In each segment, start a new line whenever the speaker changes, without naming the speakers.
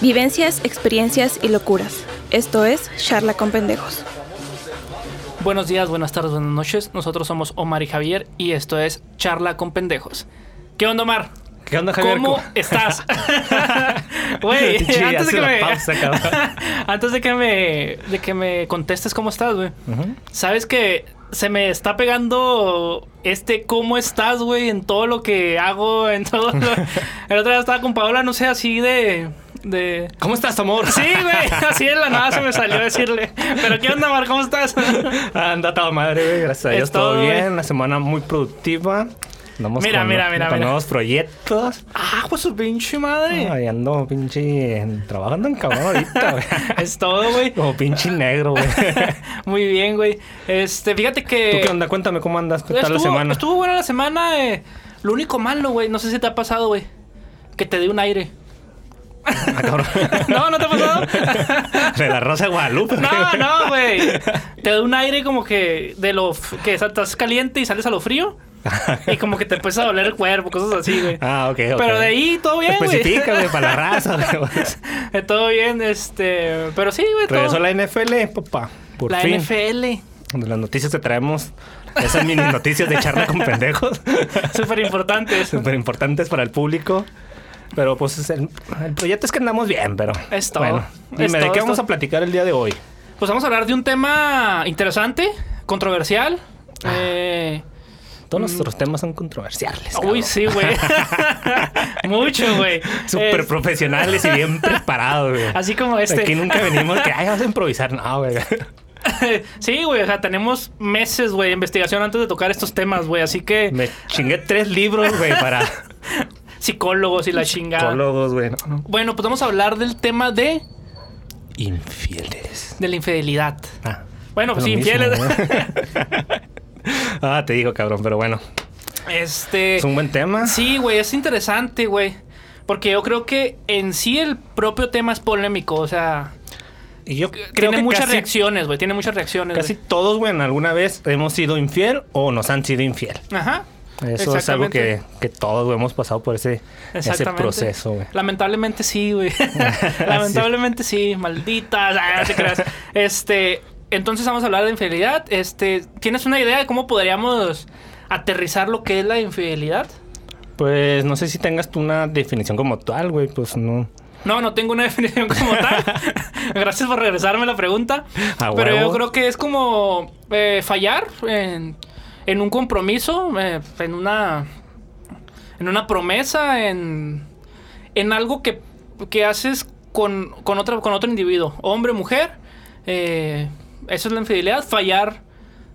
Vivencias, experiencias y locuras. Esto es Charla con Pendejos.
Buenos días, buenas tardes, buenas noches. Nosotros somos Omar y Javier y esto es Charla con Pendejos. ¿Qué onda, Omar?
¿Qué onda, Javier?
¿Cómo estás? Güey,
Sí,
antes, de
hace
que
la
me-
pausa, cabrón.
antes de que me de que me contestes cómo estás, güey.
Ujú.
Sabes que se me está pegando este cómo estás, güey, en todo lo que hago, en todo. Lo... El otro día estaba con Paola, no sé, así de de
¿Cómo estás, amor?
Sí, güey, así de la nada se me salió decirle. Pero ¿qué onda, Mar? ¿Cómo estás?
Anda toda madre, güey. Gracias a Dios,
Es todo,
todo
güey.
bien. Una semana muy productiva. Andamos
Mira,
con,
mira, mira,
con
mira.
nuevos proyectos.
Ah, pues su pinche madre.
Ay, ando pinche trabajando en cabrón ahorita, güey.
Es todo, güey.
Como pinche negro, güey.
Muy bien, güey. Este, fíjate que.
¿Tú qué onda? Cuéntame cómo andas. ¿Qué tal la
Estuvo-
semana?
Estuvo buena la semana. eh. Lo único malo, güey, no sé si te ha pasado, güey, que te dé un aire.
Ah, cabrón.
No, ¿no te ha pasado?
De la Rosa de Guadalupe.
no,
güey.
no, güey. Te da un aire como que de lo f- que estás caliente y sales a lo frío. Y como que te empieza a doler el cuerpo, cosas así, güey.
Ah, ok, ok.
Pero de ahí todo bien, güey.
Especifica, güey, para la raza, güey.
Eh, Todo bien, este. Pero sí, güey. todo-
Regresó a la NFL, papá. Por
La
fin.
NFL.
De las noticias que traemos, esas mini noticias de charla con pendejos,
Súper importante eso.
súper importantes para el público. Pero pues es el, el proyecto es que andamos bien, pero.
Es todo.
Bueno, dime,
Es
¿de
todo,
qué
es
vamos
todo.
a platicar el día de hoy?
Pues vamos a hablar de un tema interesante, controversial.
Ah,
Eh,
Todos nuestros temas son controversiales.
uy,
cabrón.
sí, güey. Mucho, güey.
Súper
Es-
profesionales y bien preparados, güey.
Así como este.
Aquí nunca venimos que, ay, vamos a improvisar. No, güey.
sí, güey. O sea, tenemos meses, güey, de investigación antes de tocar estos temas, güey. Así que
Me chingué tres libros, güey, para
psicólogos y la chingada.
psicólogos, güey. No, no.
Bueno, pues vamos a hablar del tema de,
Infieles.
de la infidelidad.
Ah,
Bueno, pues
lo
sí,
mismo,
infieles.
güey. ah, te digo, cabrón, pero bueno.
Este.
Es un buen tema.
Sí, güey, es interesante, güey. Porque yo creo que en sí el propio tema es polémico, o sea,
Y yo
tiene muchas
casi,
reacciones, güey, tiene muchas reacciones.
Casi
güey.
todos, güey, en alguna vez hemos sido infiel o nos han sido infiel.
Ajá.
Eso es algo
exactamente.
que, que todos güey, hemos pasado por ese, ese
Exactamente.
proceso, güey.
Lamentablemente sí, güey. Lamentablemente sí, maldita. Ah, no te creas. Este, entonces vamos a hablar de infidelidad. Este, ¿tienes una idea de cómo podríamos aterrizar lo que es la infidelidad?
Pues no sé si tengas tú una definición como tal, güey. Pues no.
No, no tengo una definición como tal. Gracias por regresarme la pregunta.
A
pero yo
huevo.
creo que es como eh, fallar en, en un compromiso, eh, en una en una promesa, en, en algo que, que haces con, con, otra, con otro individuo, hombre o mujer. eh, eso es la infidelidad, fallar.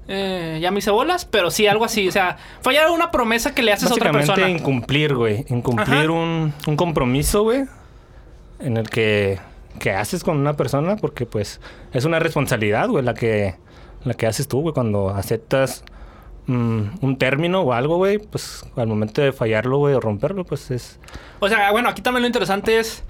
eh, ya me hice bolas, pero sí, algo así. O sea, fallar una promesa que le haces a otra
Básicamente
persona.
incumplir, güey.
Ajá.
Incumplir un, un compromiso, güey. En el que, que haces con una persona porque, pues, es una responsabilidad, güey, la que, la que haces tú, güey. Cuando aceptas mm, un término o algo, güey, pues, al momento de fallarlo, güey, o romperlo, pues, es...
O sea, bueno, aquí también lo interesante es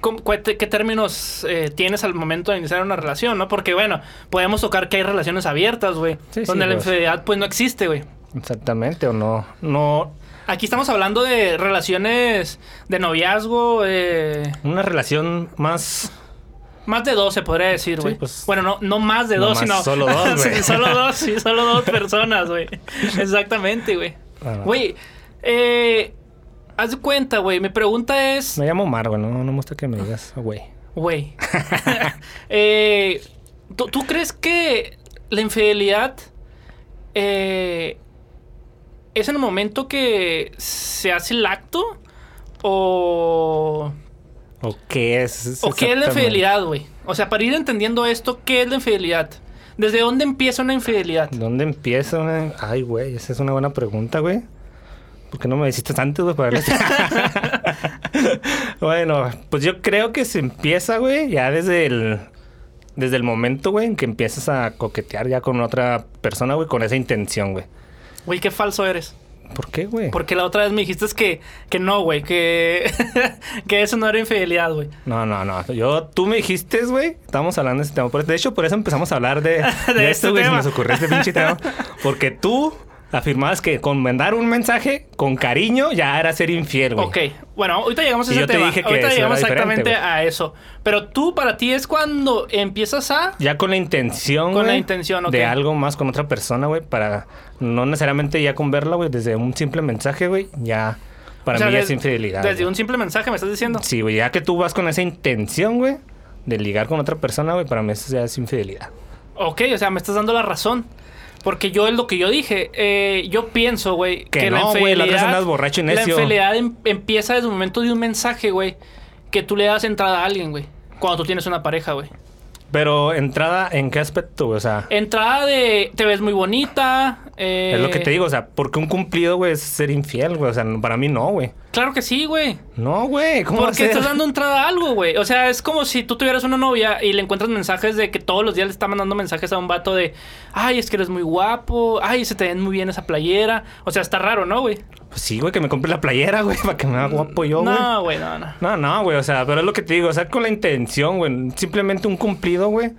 cómo- cué- qué términos eh, tienes al momento de iniciar una relación, ¿no? Porque, bueno, podemos tocar que hay relaciones abiertas, güey.
Sí, sí,
donde la
pues.
infidelidad, pues, no existe, güey.
Exactamente, o no. No...
Aquí estamos hablando de relaciones de noviazgo, eh,
Una relación más...
más de dos, se podría decir,
Sí,
güey.
pues.
bueno, no, no más de
No
dos,
más,
sino...
solo dos, güey.
sí, solo dos, sí, solo dos personas, güey. Exactamente, güey.
Ah, no.
Güey, eh, haz de cuenta, güey. Mi pregunta es...
Me llamo Omar, güey. No, no me gusta que me digas, güey.
Güey. Eh, ¿tú, tú crees que la infidelidad eh, es en el momento que se hace el acto? ¿O,
¿O qué es?
o qué es la
exactamente?
infidelidad, güey? O sea, para ir entendiendo esto, ¿qué es la infidelidad? ¿Desde dónde empieza una infidelidad?
¿Dónde empieza una- Ay, güey, esa es una buena pregunta, güey. ¿Por qué no me hiciste antes, güey? para darle- bueno, pues yo creo que se empieza, güey, ya desde el... Desde el momento, güey, en que empiezas a coquetear ya con otra persona, güey, con esa intención, güey.
Güey, qué falso eres.
¿Por qué, güey?
Porque la otra vez me dijiste que, que no, güey, que, que eso no era infidelidad, güey.
No, no, no. Yo, tú me dijiste, güey. Estábamos hablando de este tema. Por- De hecho, por eso empezamos a hablar de, de
este
esto, güey. se
tema.
nos ocurrió este pinche tema. Porque tú Afirmabas que con mandar un mensaje con cariño ya era ser infiel, güey.
Ok, bueno, ahorita llegamos a
Y
ese
yo te
tema.
dije que
ahorita
eso
llegamos
era diferente,
exactamente
güey.
a eso. Pero tú, para ti, es cuando empiezas a.
Ya con la intención,
Con la
güey,
intención, ok.
De algo más con otra persona, güey, para... No necesariamente ya con verla, güey, desde un simple mensaje, güey, ya... Para
o sea,
mí ya
des-
es infidelidad.
Desde
güey.
un simple mensaje me estás diciendo.
Sí, güey, ya que tú vas con esa intención, güey, de ligar con otra persona, güey, para mí eso ya es infidelidad.
Ok, o sea, me estás dando la razón. Porque yo es lo que yo dije. eh, yo pienso, güey,
Que no, güey, la otra vez
infidelidad-
andas borracho y
La
necio.
infidelidad em- empieza desde el momento de un mensaje, güey, que tú le das entrada a alguien, güey. Cuando tú tienes una pareja, güey.
Pero entrada, ¿en qué aspecto, güey? O sea,
Entrada de te ves muy bonita. eh,
es lo que te digo, o sea, porque un cumplido, güey, es ser infiel, güey. O sea, no- para mí no, güey.
Claro que sí, güey.
No, güey, ¿cómo va a
Porque
ser?
estás dando entrada a algo, güey. O sea, es como si tú tuvieras una novia y le encuentras mensajes de que todos los días le está mandando mensajes a un vato de, ay, es que eres muy guapo, ay, se te ven muy bien esa playera. O sea, está raro, ¿no, güey?
Pues sí, güey, que me compre la playera, güey, para que me haga guapo yo, güey.
No, güey, no, no.
No, no, güey, o sea, pero es lo que te digo, o sea, con la intención, güey, simplemente un cumplido, güey.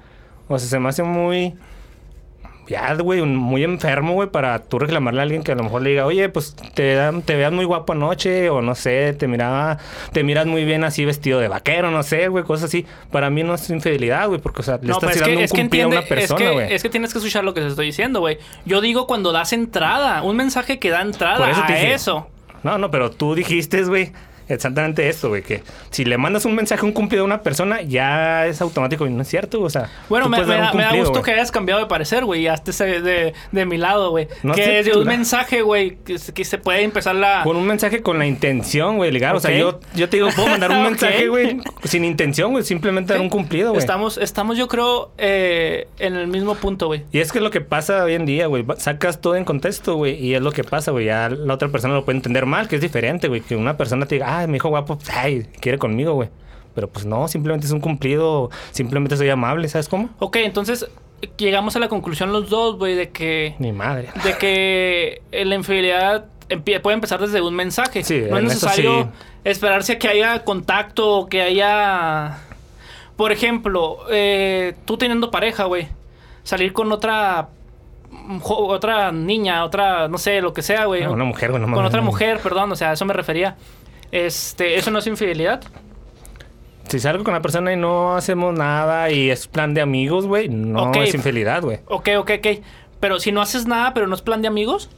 O sea, se me hace muy. Ya, güey, un- muy enfermo, güey, para tú reclamarle a alguien que a lo mejor le diga, oye, pues te, dan- te veas muy guapo anoche, o no sé, te miraba, te miras muy bien así vestido de vaquero, no sé, güey, cosas así. Para mí no es infidelidad, güey, porque, o sea, le
No,
estás
pero es
tirando
que,
un
es que
cumplido
entiende,
a una persona,
es,
güey.
que, es que tienes que escuchar lo que te estoy diciendo, güey. Yo digo cuando das entrada, un mensaje que da entrada
Por eso
a
te dije.
eso.
No, no, pero tú dijiste, güey, exactamente esto, güey, que si le mandas un mensaje, un cumplido a una persona, ya es automático y no es cierto, güey, o sea.
Bueno,
tú
me,
puedes
me
dar un
da, me da
cumplido,
gusto
güey.
que hayas cambiado de parecer, güey. Ya estés eh, de, de mi lado, güey.
No
que
sé,
desde un
la-
mensaje, güey, que, se- que se puede empezar la...
Con un mensaje con la intención, güey, ligar. O sea,
Ok.
yo, yo te digo, puedo mandar un
Ok.
mensaje, güey, sin intención, güey, simplemente dar un cumplido, güey.
Estamos, estamos yo creo, eh, en el mismo punto, güey.
Y es que es lo que pasa hoy en día, güey. Va- Sacas todo en contexto, güey. Y es lo que pasa, güey. Ya la otra persona lo puede entender mal, que es diferente, güey. Que una persona te diga, ay, mi hijo guapo, ay, quiere conmigo, güey. Pero pues no, simplemente es un cumplido. Simplemente soy amable, ¿sabes cómo?
Ok, entonces llegamos a la conclusión los dos, güey, de que,
Ni madre.
de que eh, la infidelidad empie- puede empezar desde un mensaje.
Sí,
no es
en eso
necesario
sí.
esperarse a que haya contacto o que haya... Por ejemplo, eh, tú teniendo pareja, güey, salir con otra... jo- Otra niña, otra, no sé, lo que sea, güey.
No, una mujer, güey, no
con
mames,
otra
no.
mujer, perdón, o sea, a eso me refería. Este, ¿eso no es infidelidad?
Si salgo con la persona y no hacemos nada y es plan de amigos, güey, no
Ok.
es infidelidad, güey.
Ok, ok, ok. Pero si no haces nada, pero no es plan de amigos.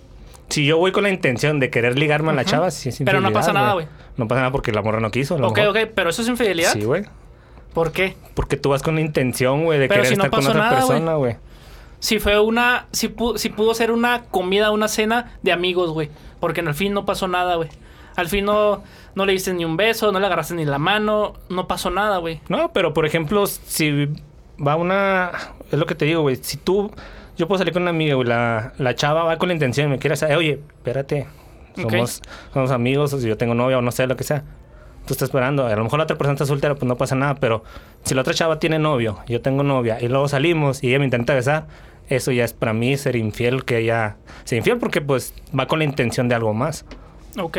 Si yo voy con la intención de querer ligarme a la chava, sí es
Pero no
infidelidad,
pasa nada, güey.
No pasa nada porque la morra no quiso. a lo
ok,
mejor.
ok, pero eso es infidelidad.
Sí, güey.
¿Por qué?
Porque tú vas con la intención, güey, de
Pero
querer
si no
estar con
pasó
otra
nada, güey.
persona, güey.
Si fue una. Si, pu- si pudo ser una comida, una cena de amigos, güey. Porque al fin no pasó nada, güey. Al fin no, no le diste ni un beso, no le agarraste ni la mano, no pasó nada, güey.
No, pero por ejemplo, si va una. Es lo que te digo, güey. Si tú. Yo puedo salir con una amiga, güey. La, la chava va con la intención y me quiere hacer. "Eh, Oye, espérate. Somos, somos amigos, o si yo tengo novia o no sé, lo que sea. Tú estás esperando. A lo mejor la otra persona está soltera, pues no pasa nada. Pero si la otra chava tiene novio, yo tengo novia, y luego salimos y ella me intenta besar, eso ya es para mí ser infiel que ella sea infiel porque, pues, va con la intención de algo más.
Ok.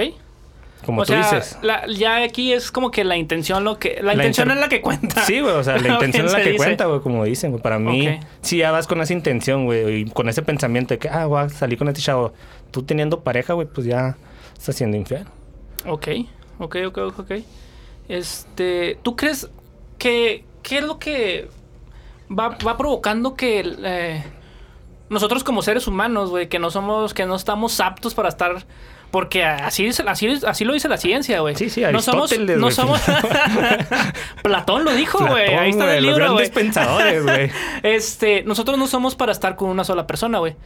Como
o
tú
sea,
dices.
la- ya aquí es como que la intención lo que. La,
La
intención
inter-
es la que cuenta.
Sí, güey, o sea, la
Bien
intención es la
se
que
dice.
cuenta, güey, como dicen, güey. Para mí,
Ok.
si ya vas con esa intención, güey, y con ese pensamiento de que, ah, voy a salir con este chavo, tú teniendo pareja, güey, pues ya estás siendo infiel.
Ok, ok, ok, ok, ok. Este, ¿tú crees que qué es lo que va, va provocando que eh, nosotros como seres humanos, güey, que no somos, que no estamos aptos para estar porque así, es- así, es- así lo dice la ciencia, güey.
Sí, sí,
no somos,
Aristóteles,
no
güey.
somos. Platón lo dijo, güey.
Platón,
Ahí está en
güey,
el
Los
libro,
grandes
güey.
pensadores, güey.
Este, nosotros no somos para estar con una sola persona, güey.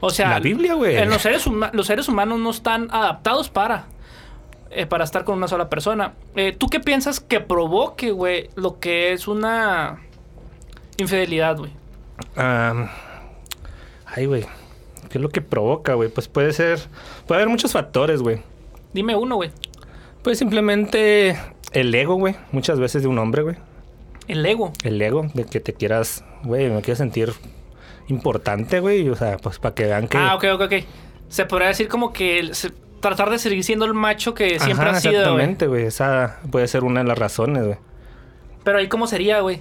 O sea,
La Biblia, güey.
en Los seres, huma- los seres humanos no están adaptados para eh, para estar con una sola persona. Eh, ¿Tú qué piensas que provoque, güey, lo que es una infidelidad, güey?
Am, ay, güey. ¿Qué es lo que provoca, güey? Pues puede ser. Puede haber muchos factores, güey.
Dime uno, güey.
Pues simplemente el ego, güey. Muchas veces de un hombre, güey.
El ego.
El ego, de que te quieras, güey, me quiero sentir importante, güey. O sea, pues para que vean que.
Ah, ok, ok, ok. Se podría decir como que el- se- tratar de seguir siendo el macho que siempre
Ajá,
ha sido, güey.
Exactamente, güey. Esa puede ser una de las razones, güey.
Pero ahí cómo sería, güey.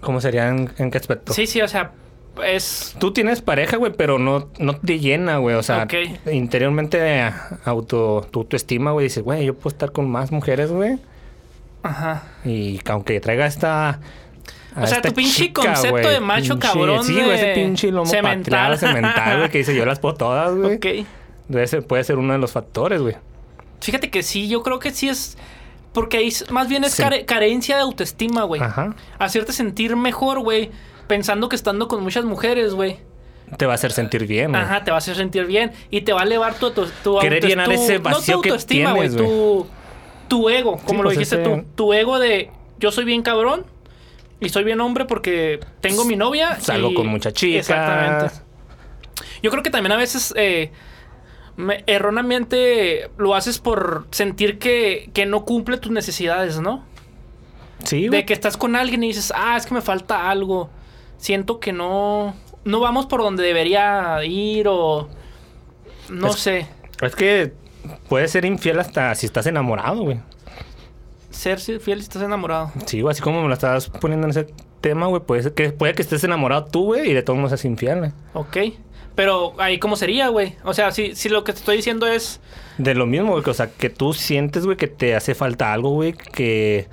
¿Cómo sería en, en qué aspecto?
Sí, sí, o sea, es.
Tú tienes pareja, güey, pero no, no te llena, güey. O sea,
Ok.
interiormente eh, auto, tu autoestima, güey, dices, güey, yo puedo estar con más mujeres, güey.
Ajá.
Y que aunque traiga esta. a
O sea,
esta
tu pinche concepto de macho cabrón
Sí, güey, ese
de
pinche lomo
cemental.
cemental. cemental, güey, que dice yo las puedo todas, güey.
Ok.
Debe ser- puede ser uno de los factores, güey.
Fíjate que sí, yo creo que sí es. Porque ahí es- más bien es
Sí.
care- carencia de autoestima, güey.
Ajá.
Hacerte sentir mejor, güey. Pensando que estando con muchas mujeres, güey.
Te va a hacer sentir bien, güey.
Ajá, te vas a hacer sentir bien. Y te va a elevar tu, tu, tu
Querer
autoest-
llenar
tu-
ese vacío
no tu
que
autoestima, güey.
tienes,
Tu, tu ego, como lo
pues
dijiste
ese-
tú. Tu ego de yo soy bien cabrón. Y soy bien hombre porque tengo mi novia.
Salgo
y-
con muchas chicas.
Exactamente. Yo creo que también a veces eh, me- erróneamente lo haces por sentir que, que no cumple tus necesidades, ¿no?
Sí, güey.
De que estás con alguien y dices, ah, es que me falta algo. Siento que no. No vamos por donde debería ir o. No
Es-
sé.
Es que puedes ser infiel hasta si estás enamorado, güey.
Ser fiel si estás enamorado.
Sí, güey, así como me lo estás poniendo en ese tema, güey, puede, ser que, puede que estés enamorado tú, güey, y de todos modos seas infiel, güey.
Ok. Pero ahí, ¿cómo sería, güey? O sea, si, si lo que te estoy diciendo es.
De lo mismo, güey, que, o sea, que tú sientes, güey, que te hace falta algo, güey, que...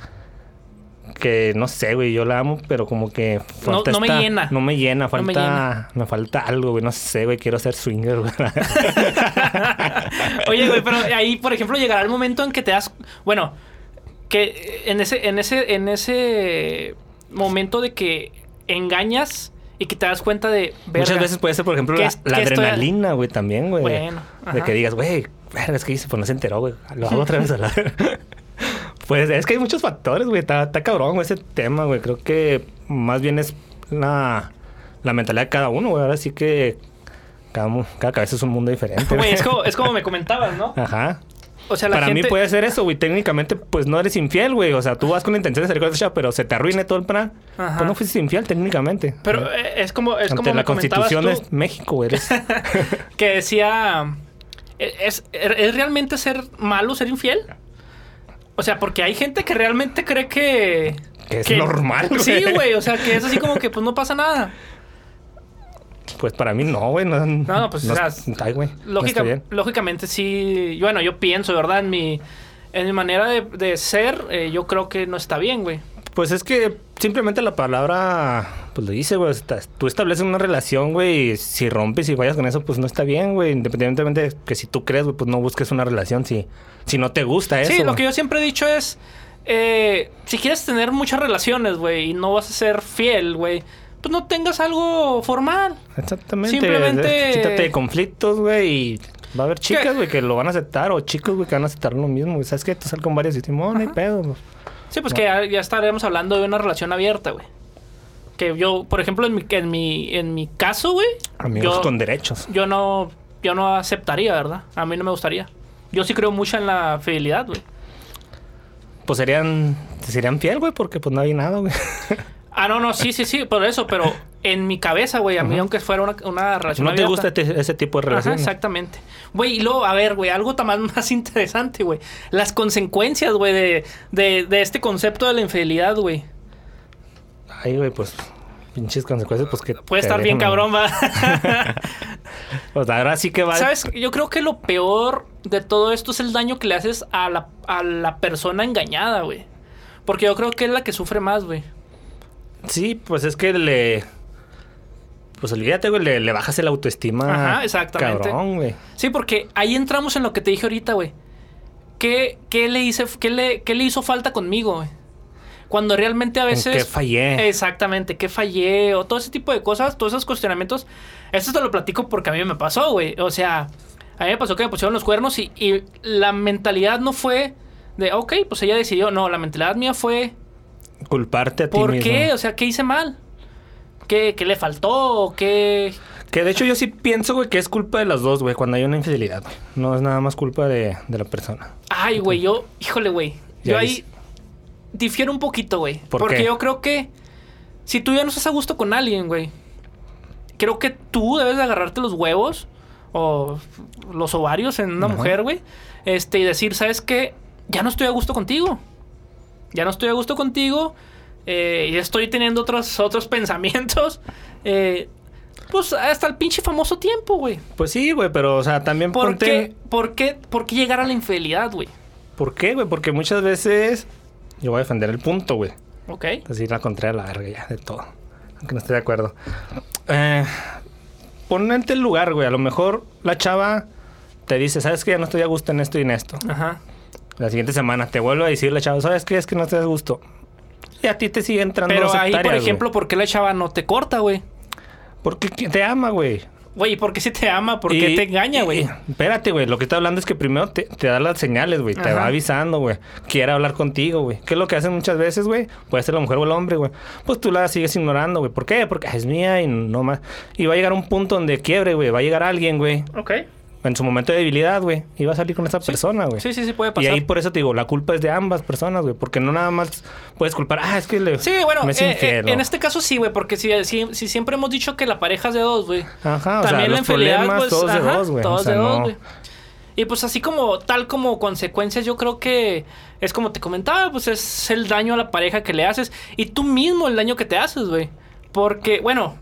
Que no sé, güey, yo la amo, pero como que... falta
no me llena.
No me llena,
No
falta...
me
me,
llena.
falta algo, güey, no sé, güey, quiero ser swinger, güey.
Oye, güey, pero ahí, por ejemplo, llegará el momento en que te das. Bueno, que en ese, en ese, en ese momento de que engañas y que te das cuenta de.
Muchas
verga,
veces puede ser, por ejemplo,
¿Qué
la,
es-
la
qué estoy-
adrenalina, güey, también, güey.
Bueno,
De
ajá.
que digas, güey, verga, es que hice, pues no se enteró, güey. Lo hago otra vez a la... Pues es que hay muchos factores, güey. Está, está cabrón, güey, ese tema, güey. Creo que más bien es la, la mentalidad de cada uno, güey. Ahora sí que cada, mu- cada cabeza es un mundo diferente.
Güey, es como, es como me comentabas, ¿no?
Ajá.
O sea, la
Ah. Para
gente.
mí puede ser eso, güey. Técnicamente, pues no eres infiel, güey. O sea, tú vas con la intención de salir con esa chava, pero se te arruine todo el plan.
Ajá.
Pues no fuiste infiel, técnicamente.
Pero eh, es como, es como
Ante
me
la
comentabas tú,
Constitución de México, güey, eres
que decía. eh, ¿Es, er- ¿Es realmente ser malo ser infiel? O sea, porque hay gente que realmente cree que.
Que es normal, güey.
Sí, güey. O sea, que es así como que pues no pasa nada.
Pues para mí no, güey. No,
no, pues, o sea,
ay, güey. no
Lógica-
está bien.
lógicamente sí. Bueno, yo pienso, ¿verdad? En mi, en mi manera de, de ser, eh, yo creo que no está bien, güey.
Pues es que simplemente la palabra, pues lo dice, güey. está- Tú estableces una relación, güey. Y si rompes y vayas con eso, pues no está bien, güey. Independientemente de que si tú crees, güey, pues no busques una relación si, si no te gusta eso.
sí, lo
güey.
que yo siempre he dicho es, eh, si quieres tener muchas relaciones, güey, y no vas a ser fiel, güey, pues no tengas algo formal.
Exactamente.
Simplemente-
Quítate de conflictos, güey. Y va a haber
Que-
chicas, güey, que lo van a aceptar. O chicos, güey, que van a aceptar lo mismo. güey. ¿Sabes qué? Tú sal con varios y timón, y pedo. güey.
Sí, pues que ya, ya estaremos hablando de una relación abierta, güey. Que yo, por ejemplo, en mi, en mi, en mi caso, güey,
Amigos
yo,
con derechos.
yo no, yo no aceptaría, ¿verdad? A mí no me gustaría. Yo sí creo mucho en la fidelidad, güey.
Pues serían, serían fiel, güey, porque pues no hay nada, güey.
Ah, no, no, sí, sí, sí, por eso, pero en mi cabeza, güey, a mí, aunque fuera una, una relación
No te
abierta-
gusta este- ese tipo de
Ajá,
relaciones.
exactamente. Güey, y luego, a ver, güey, algo ta- más, más interesante, güey. Las consecuencias, güey, de, de, de este concepto de la infidelidad, güey.
Ay, güey, pues pinches consecuencias, pues que.
Puede
te
estar bien
dejan-
cabrón, va.
Pues ahora sí que va.
¿Sabes? Yo creo que lo peor de todo esto es el daño que le haces a la, a la persona engañada, güey. Porque yo creo que es la que sufre más, güey.
Sí, pues es que le. Pues olvídate, güey, le, le bajas el autoestima.
Ajá, exactamente.
Cabrón, güey.
Sí, porque ahí entramos en lo que te dije ahorita, güey. ¿Qué, qué le, hice, qué, le, qué le hizo falta conmigo, güey? Cuando realmente a
¿En
veces...
qué fallé?
Exactamente, que fallé o todo ese tipo de cosas, todos esos cuestionamientos. Esto te lo platico porque a mí me pasó, güey. O sea, a mí me pasó que me pusieron los cuernos y, y la mentalidad no fue de, ok, pues ella decidió. No, la mentalidad mía fue,
Culparte a ti
¿por
mismo.
qué? O sea, ¿qué hice mal? ¿Qué, qué le faltó? ¿Qué?
Que de hecho yo sí pienso, güey, que es culpa de las dos, güey, cuando hay una infidelidad, güey. No es nada más culpa de, de la persona.
Ay, güey, yo, híjole, güey.
Ya
Yo ahí
dice.
difiero un poquito, güey.
¿Por
porque
qué?
yo creo que si tú ya no estás a gusto con alguien, güey, creo que tú debes de agarrarte los huevos o los ovarios en una
Ajá.
mujer, güey, este y decir, ¿sabes qué? Ya no estoy a gusto contigo. Ya no estoy a gusto contigo. eh, ya estoy teniendo otros, otros pensamientos. eh, Pues hasta el pinche famoso tiempo, güey.
Pues sí, güey, pero, o sea, también
¿Por,
ponte-
qué, por, qué, ¿Por qué llegar a la infidelidad, güey?
¿Por qué, güey? Porque muchas veces yo voy a defender el punto, güey.
¿Ok?
Así Pues la contraria a la verga ya, de todo. Aunque no esté de acuerdo. Eh, ponerte el lugar, güey. A lo mejor la chava te dice, ¿sabes qué? Ya no estoy a gusto en esto y en esto.
Ajá.
La siguiente semana te vuelvo a decir la chava, ¿sabes qué? Es que no estoy a gusto. Y a ti te sigue entrando
Pero
dos
ahí, por
hectáreas,
ejemplo, ¿por qué la chava no te corta, güey?
güey. Porque que- te ama, güey.
Güey, ¿por qué si te ama? ¿Por qué
Y-
te engaña, güey?
y- Espérate, güey. Lo que está hablando es que primero te, te da las señales, güey. Te
Ajá.
va avisando, güey. Quiere hablar contigo, güey. ¿Qué es lo que hacen muchas veces, güey? Puede ser la mujer o el hombre, güey. Pues tú la sigues ignorando, güey. ¿Por qué? Porque "Ah, es mía y no más. Y va a llegar un punto donde quiebre, güey. Va a llegar alguien, güey.
Ok.
En su momento de debilidad, güey. Y va a salir con esa persona, güey.
Sí, sí, sí, puede
Y
pasar.
ahí por eso te digo, la culpa es de ambas personas, güey. Porque no nada más puedes culpar, ah, es que le,
Sí, bueno,
me es
eh, eh,
infiel",
en
o-
este caso sí, güey, porque si, si, si siempre hemos dicho que la pareja es de dos, güey.
Ajá, o sea,
También la
los
infidelidad,
problemas
pues,
todos de
ajá,
dos, güey. O
todos
sea,
de dos,
no-
güey. Y pues así como, tal como consecuencias, yo creo que es como te comentaba, pues es el daño a la pareja que le haces y tú mismo el daño que te haces, güey. Porque, bueno,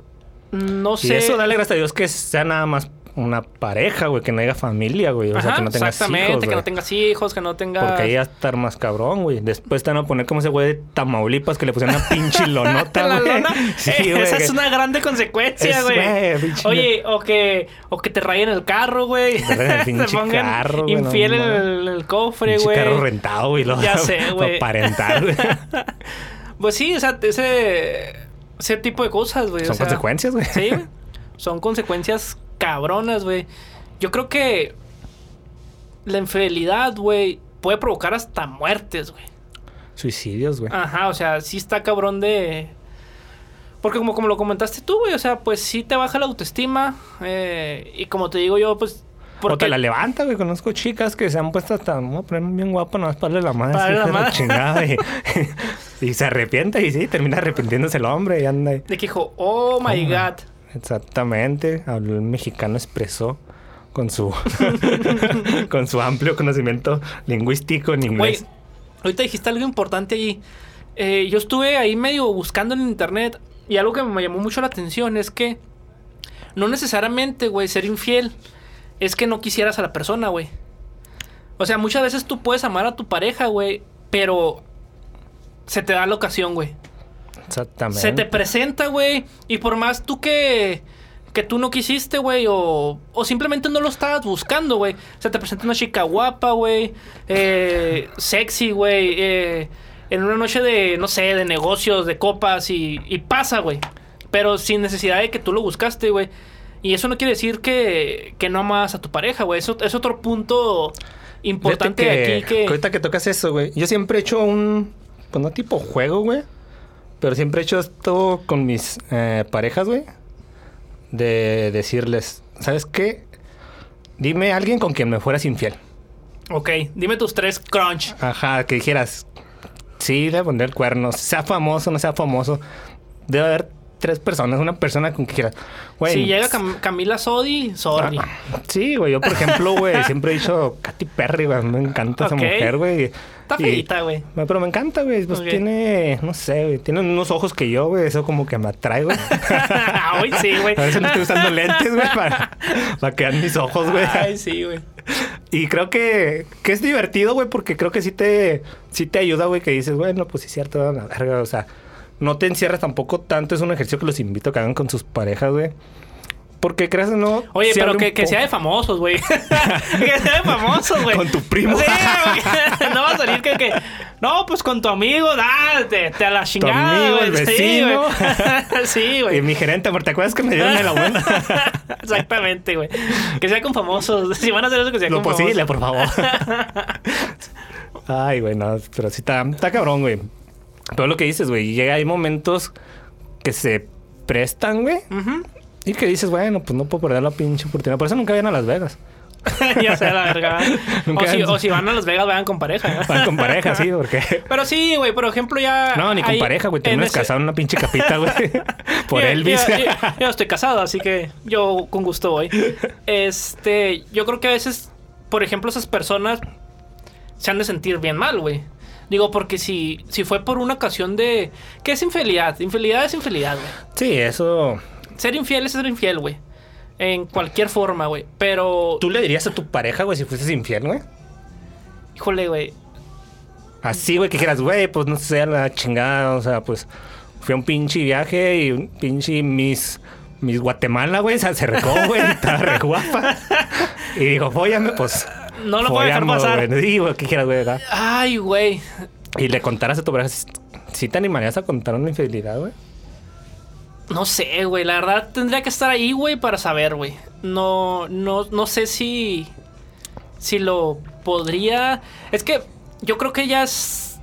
no
Y
sé.
eso dale gracias a Dios que sea nada más una pareja, güey, que no haya familia, güey. O sea,
Ajá,
que no tengas
exactamente,
hijos,
que
güey.
no tengas hijos, que no tengas...
Porque ahí va a estar más cabrón, güey. Después te van a poner como ese güey de Tamaulipas que le pusieron una pinche lonota,
la
güey.
lona.
Sí,
Eh,
güey.
Esa
que
es una grande consecuencia,
Es,
güey.
güey, pinche-
Oye, o que, o que te rayen el carro, güey.
te rayen el
Te
pinche
pongan
carro, güey, no
infiel en
mames.
el, el cofre,
pinche
güey.
carro rentado, güey. lo-
Ya sé, güey.
Para aparentar, güey.
Pues sí, o sea, ese, ese tipo de cosas, güey. o
Son
sea,
consecuencias, güey.
Sí, güey. son consecuencias cabronas, güey. Yo creo que la infidelidad, güey, puede provocar hasta muertes, güey.
Suicidios, güey.
Ajá, o sea, sí está cabrón de... Porque como, como lo comentaste tú, güey, o sea, pues sí te baja la autoestima. eh, y como te digo yo, pues...
O te la levanta, güey. Conozco chicas que se han puesto hasta... Me voy a poner bien guapo nada más para darle la madre.
Para darle
hija
la
de
madre.
chingada, y, y se arrepiente y sí, termina arrepintiéndose el hombre y anda ahí.
De que dijo, oh my
Hombre.
god.
Exactamente, habló el mexicano expresó con su con su amplio conocimiento lingüístico en
Güey,
inglés.
ahorita dijiste algo importante allí. Eh, yo estuve ahí medio buscando en internet y algo que me llamó mucho la atención es que no necesariamente, güey, ser infiel es que no quisieras a la persona, güey. O sea, muchas veces tú puedes amar a tu pareja, güey, pero se te da la ocasión, güey.
Exactamente.
Se te presenta, güey, y por más tú que que tú no quisiste, güey, o, o simplemente no lo estabas buscando, güey. Se te presenta una chica guapa, güey, eh, sexy, güey, eh, en una noche de, no sé, de negocios, de copas, y, y pasa, güey. Pero sin necesidad de que tú lo buscaste, güey. Y eso no quiere decir que, que no amas a tu pareja, güey. Eso es otro punto
Fíjate
importante
que
aquí que...
Ahorita que tocas eso, güey. Yo siempre he hecho un pues no tipo juego, güey, pero siempre he hecho esto con mis eh, parejas, güey, de decirles, ¿sabes qué? Dime a alguien con quien me fueras infiel.
Ok, dime tus tres crunch.
Ajá, que dijeras, sí, le pondré el cuerno, sea famoso, no sea famoso. Debe haber tres personas, una persona con que quieras. Güey,
si llega Cam- Camila Sodi, sorry.
ah, Sí, güey, yo por ejemplo, güey, siempre he dicho Katy Perry, güey, me encanta
Ok.
esa mujer, güey.
Está
Y-
feita, güey.
No, Pero me encanta, güey, pues
Ok.
tiene, no sé, güey, tiene unos ojos que yo, güey, eso como que me atrae, güey.
Ay, sí, güey.
A veces no estoy usando lentes, güey, para, para que vean mis ojos, güey.
Ay, sí, güey.
Y creo que, que es divertido, güey, porque creo que sí te, sí te ayuda, güey, que dices, bueno, pues sí es cierto, a la verga, o sea, no te encierras tampoco tanto, es un ejercicio que los invito a que hagan con sus parejas, güey. Porque creas o no...
Oye,
sí
pero
abre
que,
un
que
poco-
sea de famosos, güey. que sea de famosos, güey.
Con tu primo.
Sí, güey. no va a salir que, que. No, pues con tu amigo, date, te a la chingada,
amigo,
güey.
el
Sí,
vecino.
güey. sí,
Y
güey.
Eh, mi gerente, amor, ¿te acuerdas que me dieron el abuelo?
Exactamente, güey. Que sea con famosos. Si van a hacer eso, que sea
Lo
con
posible,
famosos.
por favor. Ay, güey, no, pero sí está, está cabrón, güey. Todo lo que dices, güey, llega, hay momentos que se prestan, güey,
Ujú.
y que dices, bueno, pues no puedo perder la pinche oportunidad. Por eso nunca vayan a Las Vegas.
ya sea la verga.
Nunca
O si,
han-
o si van a Las Vegas, vayan con pareja.
Van con pareja, sí, porque.
Pero sí, güey, por ejemplo, ya.
No, ni con
hay-
pareja, güey.
en
Terminas
ese-
casado en una pinche capita, güey. Por
Yo-
Elvis.
Yo, yo- yo estoy casado, así que yo con gusto voy. Este, yo creo que a veces, por ejemplo, esas personas se han de sentir bien mal, güey. Digo, porque si, si fue por una ocasión de... ¿Qué es infidelidad? Infidelidad es infidelidad, güey.
sí, eso.
ser infiel es ser infiel, güey. En cualquier forma, güey. Pero,
¿Tú le dirías a tu pareja, güey, si fueses infiel, güey?
híjole, güey.
Así, güey, que dijeras, güey, pues no sé, a la chingada, o sea, pues fui a un pinche viaje y un pinche mis, mis Guatemala, güey, se acercó, güey, y estaba re guapa. Y dijo, fóllame, pues.
No lo puedo dejar
follamos,
pasar.
güey". Sí, güey, ¿qué quieras, güey? acá?
Ay, güey.
Y le contaras a tu pareja, si te animarías a contar una infidelidad, güey?
No sé, güey. La verdad tendría que estar ahí, güey, para saber, güey. No, no, no sé si. Si lo podría. Es que yo creo que ya es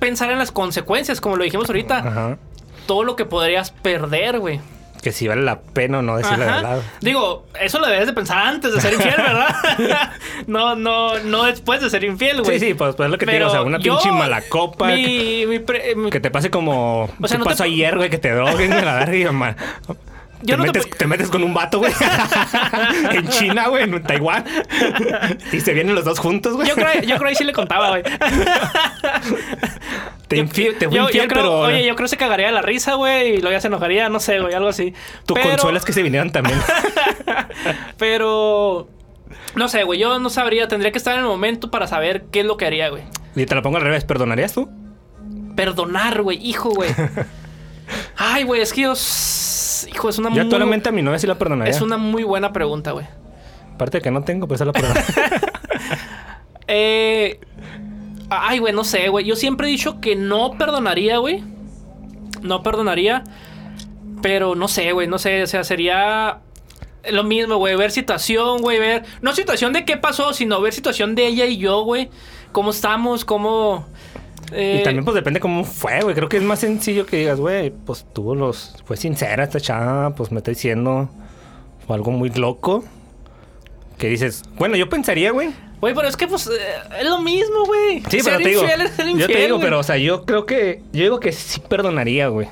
pensar en las consecuencias, como lo dijimos ahorita.
Ajá.
Todo lo que podrías perder, güey.
Que si vale la pena o no decir la
Ajá.
verdad.
Digo, eso lo debes de pensar antes de ser infiel, ¿verdad? no, no, no después de ser infiel, güey.
Sí, sí, pues, pues es lo que te
Pero
digo, o sea, una
yo-
pinche mala copa. que-
Mi, mi pre- mi-
Que te pase como.
O sea,
¿Qué
no te
pasó
pu-
ayer, güey? Que te droguen, güey, la verga y mamá.
Yo
te,
no te
metes,
pu-
te metes con un vato, güey. en China, güey, en Taiwán. y se vienen los dos juntos, güey.
yo creo, yo creo ahí sí le contaba, güey.
Te, infi- te fue
Yo- yo
infiel,
creo-
pero
Oye, yo creo que se cagaría de la risa, güey, y luego ya se enojaría, no sé, güey, algo así.
tu
Pero-
consuelo es que se vinieran también.
Pero... No sé, güey, yo no sabría, tendría que estar en el momento para saber qué es lo que haría, güey.
y te la pongo al revés, ¿perdonarías tú?
Perdonar, güey, hijo, güey. Ay, güey, es que yo... s- Hijo, es una
Yo
muy...
actualmente a mi novia sí la perdonaría.
Mm. Es una muy buena pregunta, güey.
Aparte de que no tengo, pues esa la perdonaría.
Eh... Ay, güey, no sé, güey. Yo siempre he dicho que no perdonaría, güey. No perdonaría. Pero no sé, güey, no sé. O sea, sería lo mismo, güey. Ver situación, güey. Ver. No situación de qué pasó, sino ver situación de ella y yo, güey. Cómo estamos, cómo. eh,
Y también, pues depende cómo fue, güey. Creo que es más sencillo que digas, güey, pues tuvo los. Fue sincera esta chava, pues me está diciendo. O algo muy loco. Que dices, bueno, yo pensaría, güey.
Güey, pero es que, pues, eh, es lo mismo, güey.
Sí,
Ser
pero te digo.
infiel es ser
yo
infiel,
te digo,
güey.
pero, o sea, yo creo que. Yo digo que sí perdonaría, güey.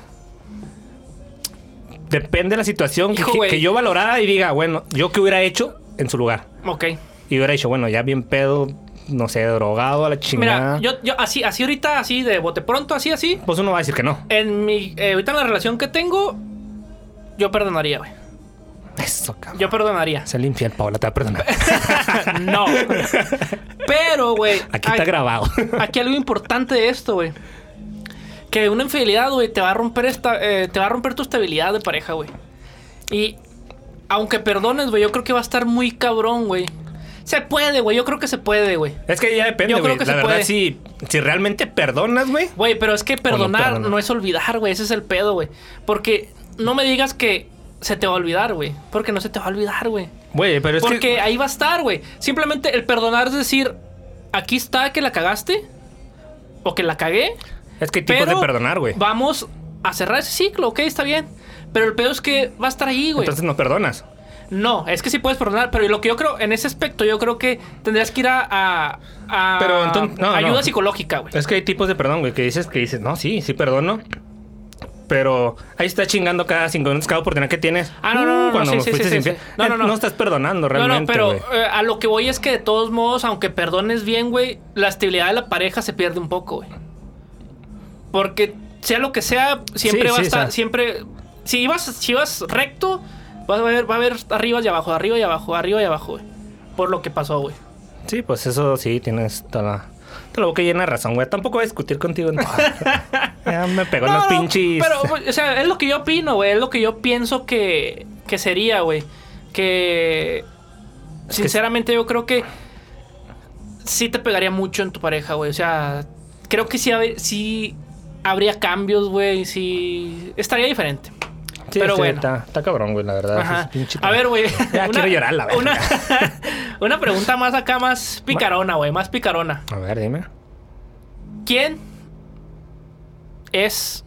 Depende de la situación que-
Hijo,
que,
güey.
que yo valorara y diga, bueno, yo qué hubiera hecho en su lugar.
Ok.
Y hubiera dicho, bueno, ya bien pedo, no sé, drogado a la chingada.
Mira, yo, yo así, así ahorita, así de bote pronto, así, así.
Pues uno va a decir que no.
En mi. eh, ahorita en la relación que tengo, yo perdonaría, güey.
Eso, cabrón.
Yo perdonaría.
Es el infiel, Paola, te va a perdonar.
No. Pero, güey.
Aquí está
a-
grabado.
Aquí algo importante de esto, güey. Que una infidelidad, güey, te va a romper esta, eh, te va a romper tu estabilidad de pareja, güey. Y aunque perdones, güey, yo creo que va a estar muy cabrón, güey. Se puede, güey. Yo creo que se puede, güey.
Es que ya depende,
Yo creo
güey.
que
La
se
verdad,
puede.
si, si realmente perdonas, güey.
Güey, pero es que perdonar no,
perdonar.
es olvidar, güey. Ese es el pedo, güey. Porque no me digas que se te va a olvidar, güey. Porque no se te va a olvidar, güey.
Güey, pero es
Porque
que...
ahí va a estar, güey. Simplemente el perdonar es decir, aquí está que la cagaste o que la cagué.
Es que hay tipos
pero
de perdonar, güey.
Vamos a cerrar ese ciclo, ok, está bien. Pero el pedo es que va a estar ahí, güey.
Entonces no perdonas.
No, es que sí puedes perdonar, pero lo que yo creo, en ese aspecto, yo creo que tendrías que ir a, a- a-
Pero entonces- no,
ayuda
no.
psicológica, güey.
Es que hay tipos de perdón, güey, que dices, que dices, no, sí, sí perdono. Pero ahí está chingando cada cinco minutos cada oportunidad que tienes. Uh,
Ah, no, no, no, no,
cuando
sí, sí,
fuiste
sí,
infiel.
sí, sí. No, no, no.
estás perdonando realmente,
no, no, pero
güey.
eh, a lo que voy es que de todos modos, aunque perdones bien, güey, la estabilidad de la pareja se pierde un poco, güey. Porque sea lo que sea, siempre
Sí,
va
sí,
a estar,
o sea.
siempre... Si ibas, si ibas recto, vas a ver, va a haber arriba y abajo, arriba y abajo, arriba y abajo, güey. Por lo que pasó, güey.
Sí, pues eso sí, tienes toda la... Te lo boca llena de razón, güey. Tampoco voy a discutir contigo. no. ya me pegó en
No,
las
no,
pinches...
Pero, pues, o sea, es lo que yo opino, güey. Es lo que yo pienso que, que sería, güey. Que. Sinceramente, yo creo que. Sí te pegaría mucho en tu pareja, güey. O sea, creo que sí, habe- sí habría cambios, güey. Sí. Estaría diferente.
Sí,
pero
sí,
bueno.
Está, está cabrón, güey, la verdad.
Ajá.
Es pinche-
A ver, güey.
Ya
una-
quiero llorar, la verdad.
Una, una pregunta más acá, más picarona, güey. Más picarona.
A ver, dime.
¿Quién es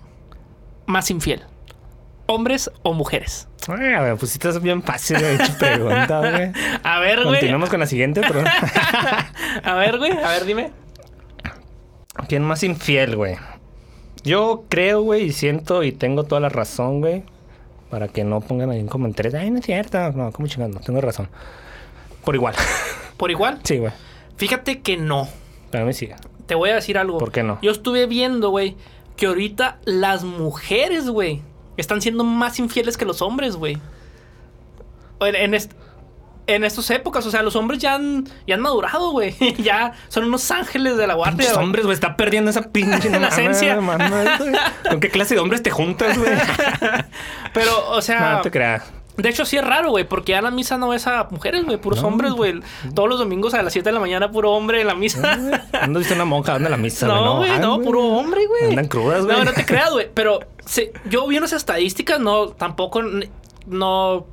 más infiel? ¿Hombres o mujeres?
Ah, güey, pues sí, estás bien fácil de pregunta, güey.
A ver, güey.
Continuamos con la siguiente, pero...
A ver, güey. A ver, dime.
¿Quién más infiel, güey? Yo creo, güey, y siento y tengo toda la razón, güey. Para que no pongan ahí en comentarios. Ay, no es cierto. No, como chingando, tengo razón. Por igual.
¿Por igual?
Sí, güey.
Fíjate que no.
Para mí sí.
Te voy a decir algo.
¿Por qué no?
Yo estuve viendo, güey, que ahorita las mujeres, güey, están siendo más infieles que los hombres, güey. En, en, est- en estas épocas, o sea, los hombres ya han, ya han madurado, güey. ya son unos ángeles de la guardia.
Pinches
güey.
hombres, güey, está perdiendo esa pinche
La
mames,
esencia.
mames, güey. ¿Con qué clase de hombres te juntas, güey?
Pero, o sea,
no te creas.
de hecho sí es raro, güey, porque ya la misa no es a mujeres, güey, puros hombres, güey. Todos los domingos a las 7 de la mañana, puro hombre en la
Eh,
misa.
¿Dónde viste una monja dando la misa?
No, güey,
ay,
no, puro hombre, güey.
Andan crudas, güey.
No, no te creas, güey. Pero se- yo vi unas estadísticas, no, tampoco, n- no,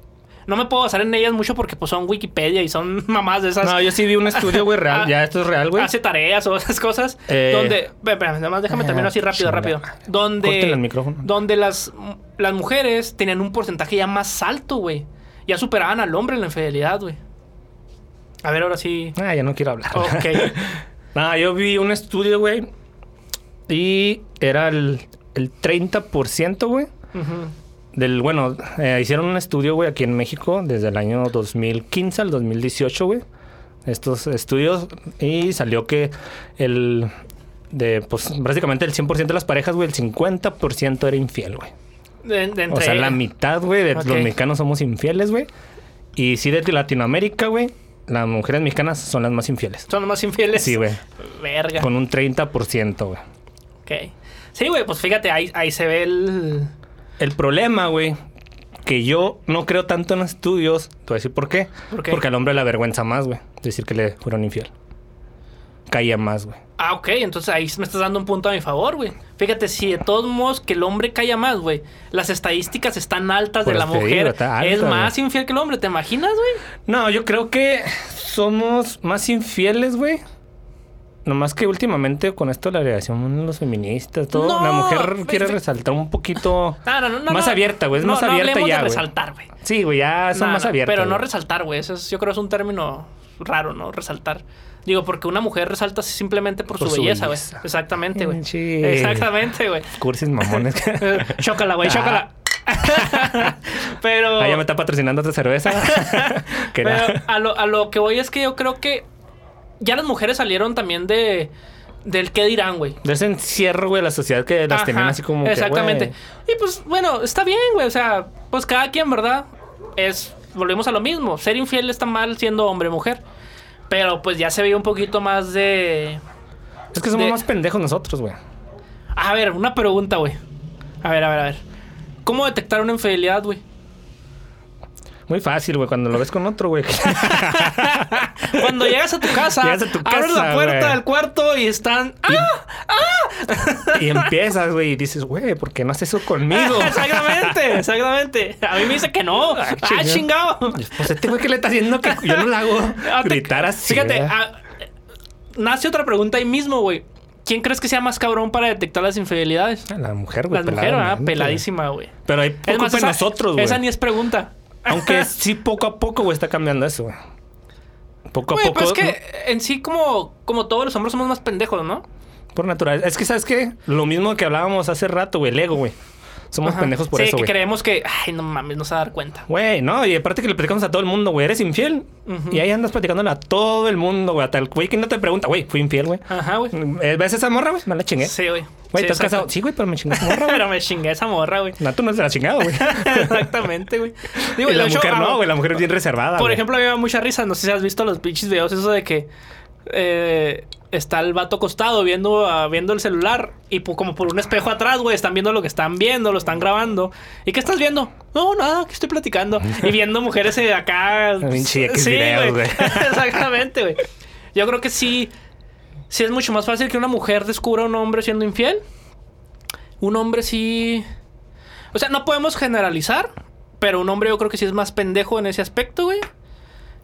no me puedo basar en ellas mucho porque pues son Wikipedia y son mamás de esas.
No, yo sí vi un estudio, güey, real.
Ah,
ya, esto es real, güey.
Hace tareas o esas cosas.
Eh.
donde. ve, ve, nada más déjame
Ah,
terminar así rápido,
chinga.
rápido. Donde.
Córtenle el micrófono.
Donde las, las mujeres tenían un porcentaje ya más alto, güey. Ya superaban al hombre en la infidelidad, güey. A ver, ahora sí.
Ah, ya no quiero hablar.
Ok.
Nada, yo vi un estudio, güey. Y era el, el 30%, güey.
Ujú.
Del, bueno, eh, hicieron un estudio, güey, aquí en México desde el año 2015 al 2018, güey. Estos estudios y salió que el, de, pues, básicamente el 100% de las parejas, güey, el 50% era infiel, güey.
De- de
O sea,
entre-
la mitad, güey, de
Ok.
los mexicanos somos infieles, güey. Y sí, de Latinoamérica, güey, las mujeres mexicanas son las más infieles.
Son los más infieles.
Sí, güey.
Verga.
Con un 30%, güey.
Ok. Sí, güey, pues fíjate, ahí, ahí se ve el.
El problema, güey, que yo no creo tanto en los estudios. Te voy a decir por qué.
¿Por qué?
Porque al hombre le avergüenza más, güey. Decir que le fueron infiel. Caía más, güey.
Ah, ok, entonces ahí me estás dando un punto a mi favor, güey. Fíjate, si de todos modos que el hombre calla más, güey, las estadísticas están altas
Por
de la
eso te digo,
mujer.
está alta,
es
güey.
más infiel que el hombre, ¿te imaginas, güey?
No, yo creo que somos más infieles, güey. Nomás que últimamente con esto la agregación los feministas, todo.
No,
la mujer
fe-
quiere
fe-
resaltar un un poquito.
No, no, no, no,
Más
no.
abierta, güey, es
No,
más
no
abierta
hablemos
ya,
de
güey.
resaltar, güey.
Sí, güey, ya son
No,
más
no,
abiertas.
Pero no
güey.
resaltar, güey. Eso es- yo creo que es un término raro, ¿no? Resaltar. Digo, porque una mujer resalta simplemente por,
Por
su,
su
belleza, güey.
belleza.
Exactamente, güey.
Sí.
Exactamente, güey.
Cursis mamones.
Eh, Chócala, güey, chócala. Pero.
Ah, ya me está patrocinando otra cerveza. que
Pero
era-
a lo, a lo que voy es que yo creo que ya las mujeres salieron también de del qué dirán, güey.
De ese encierro, güey, de la sociedad que las
Ajá,
tenían así como. que,
Exactamente.
güey,
y pues bueno, está bien, güey. O sea, pues cada quien, ¿verdad? Es. Volvemos a lo mismo. Ser infiel está mal siendo hombre o mujer. Pero pues ya se veía un poquito más de.
es que somos
de-
más pendejos nosotros, güey.
A ver, una pregunta, güey. A ver, a ver, a ver. ¿Cómo detectar una infidelidad, güey?
Muy fácil, güey, cuando lo ves con otro, güey.
Cuando llegas a tu casa,
Llegas a tu
abres
casa,
la puerta
güey.
del cuarto y están. ¡Ah!
y empiezas, güey, y dices, güey, ¿por qué no haces eso conmigo?
exactamente, exactamente. A mí me dice que no. Ah,
chingado.
chingado.
Pues este güey que le está haciendo que yo no lo hago.
Ah, te-
Gritar así.
Fíjate,
¿verdad?
ah, eh, nace otra pregunta ahí mismo, güey. ¿Quién crees que sea más cabrón para detectar las infidelidades?
la mujer, Ah, güey.
ah, Las mujeres, ¿verdad?
peladamente,
Peladísima, güey.
Pero ahí poco
más,
en
esa-
nosotros, güey.
Esa ni es pregunta.
Aunque sí, poco a poco, güey, está cambiando eso, güey. Poco a
Güey,
poco.
pues es que en sí, como, como todos los hombres somos más pendejos, ¿no?
Por natural. Es que, ¿sabes qué? Lo mismo que hablábamos hace rato, güey. El ego, güey. Somos
Ajá.
pendejos por
sí,
eso,
que
güey.
creemos que, ay, no mames, no se va a dar cuenta.
Güey, no, y aparte que le platicamos a todo el mundo, güey, eres infiel.
Ujú.
Y ahí andas platicándole a todo el mundo, güey, a tal güey que no te pregunta, güey, fui infiel, güey.
Ajá, güey.
Eh, ¿Ves esa morra, güey? Me la chingué.
Sí, güey.
Güey,
Sí,
¿te has
exacto.
casado? Sí, güey, pero me chingó esa morra, güey.
Pero me chingué esa morra, güey.
No, tú no te la chingado, güey.
Exactamente, güey. Digo,
Y la
de hecho,
mujer
ah,
no, güey, la mujer es bien reservada.
Por
güey.
ejemplo, a mí me da mucha risa. No sé si has visto los pinches videos, eso de que eh, está el vato acostado viendo, ah, viendo el celular y pu- como por un espejo atrás, güey, están viendo lo que están viendo, lo están grabando. ¿Y qué estás viendo? No, nada, que estoy platicando. Y viendo mujeres eh, acá.
Pinche X videos, güey.
Exactamente, güey. Yo creo que sí. Sí es mucho más fácil que una mujer descubra a un hombre siendo infiel. Un hombre sí. O sea, no podemos generalizar, pero un hombre yo creo que sí es más pendejo en ese aspecto, güey.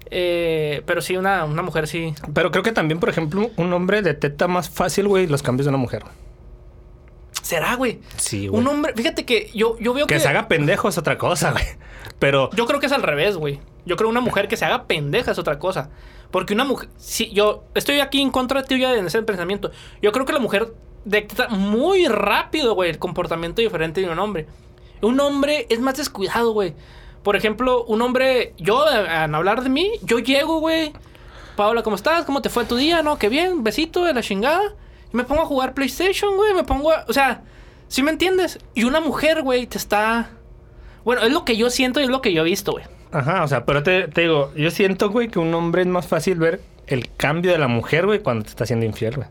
Eh, pero sí, una, una mujer sí.
Pero creo que también, por ejemplo, un hombre detecta más fácil, güey, los cambios de una mujer.
¿Será, güey?
Sí,
Un hombre, fíjate que yo, yo veo que.
Que se haga pendejo es otra cosa, güey. Pero
Yo creo que es al revés, güey. Yo creo una mujer que se haga pendeja es otra cosa. Porque una mujer. Sí, yo estoy aquí en contra tuya en ese pensamiento. Yo creo que la mujer detecta muy rápido, güey, el comportamiento diferente de un hombre. Un hombre es más descuidado, güey. Por ejemplo, un hombre. Yo, al hablar de mí, yo llego, güey. Paola, ¿cómo estás? ¿Cómo te fue tu día? No, qué bien. Besito de la chingada. Y me pongo a jugar PlayStation, güey. Me pongo a. O sea. ¿Sí me entiendes? Y una mujer, güey, te está... Bueno, es lo que yo siento y es lo que yo he visto, güey.
Ajá, o sea, pero te, te digo, yo siento, güey, que un hombre es más fácil ver el cambio de la mujer, güey, cuando te está haciendo infiel, güey.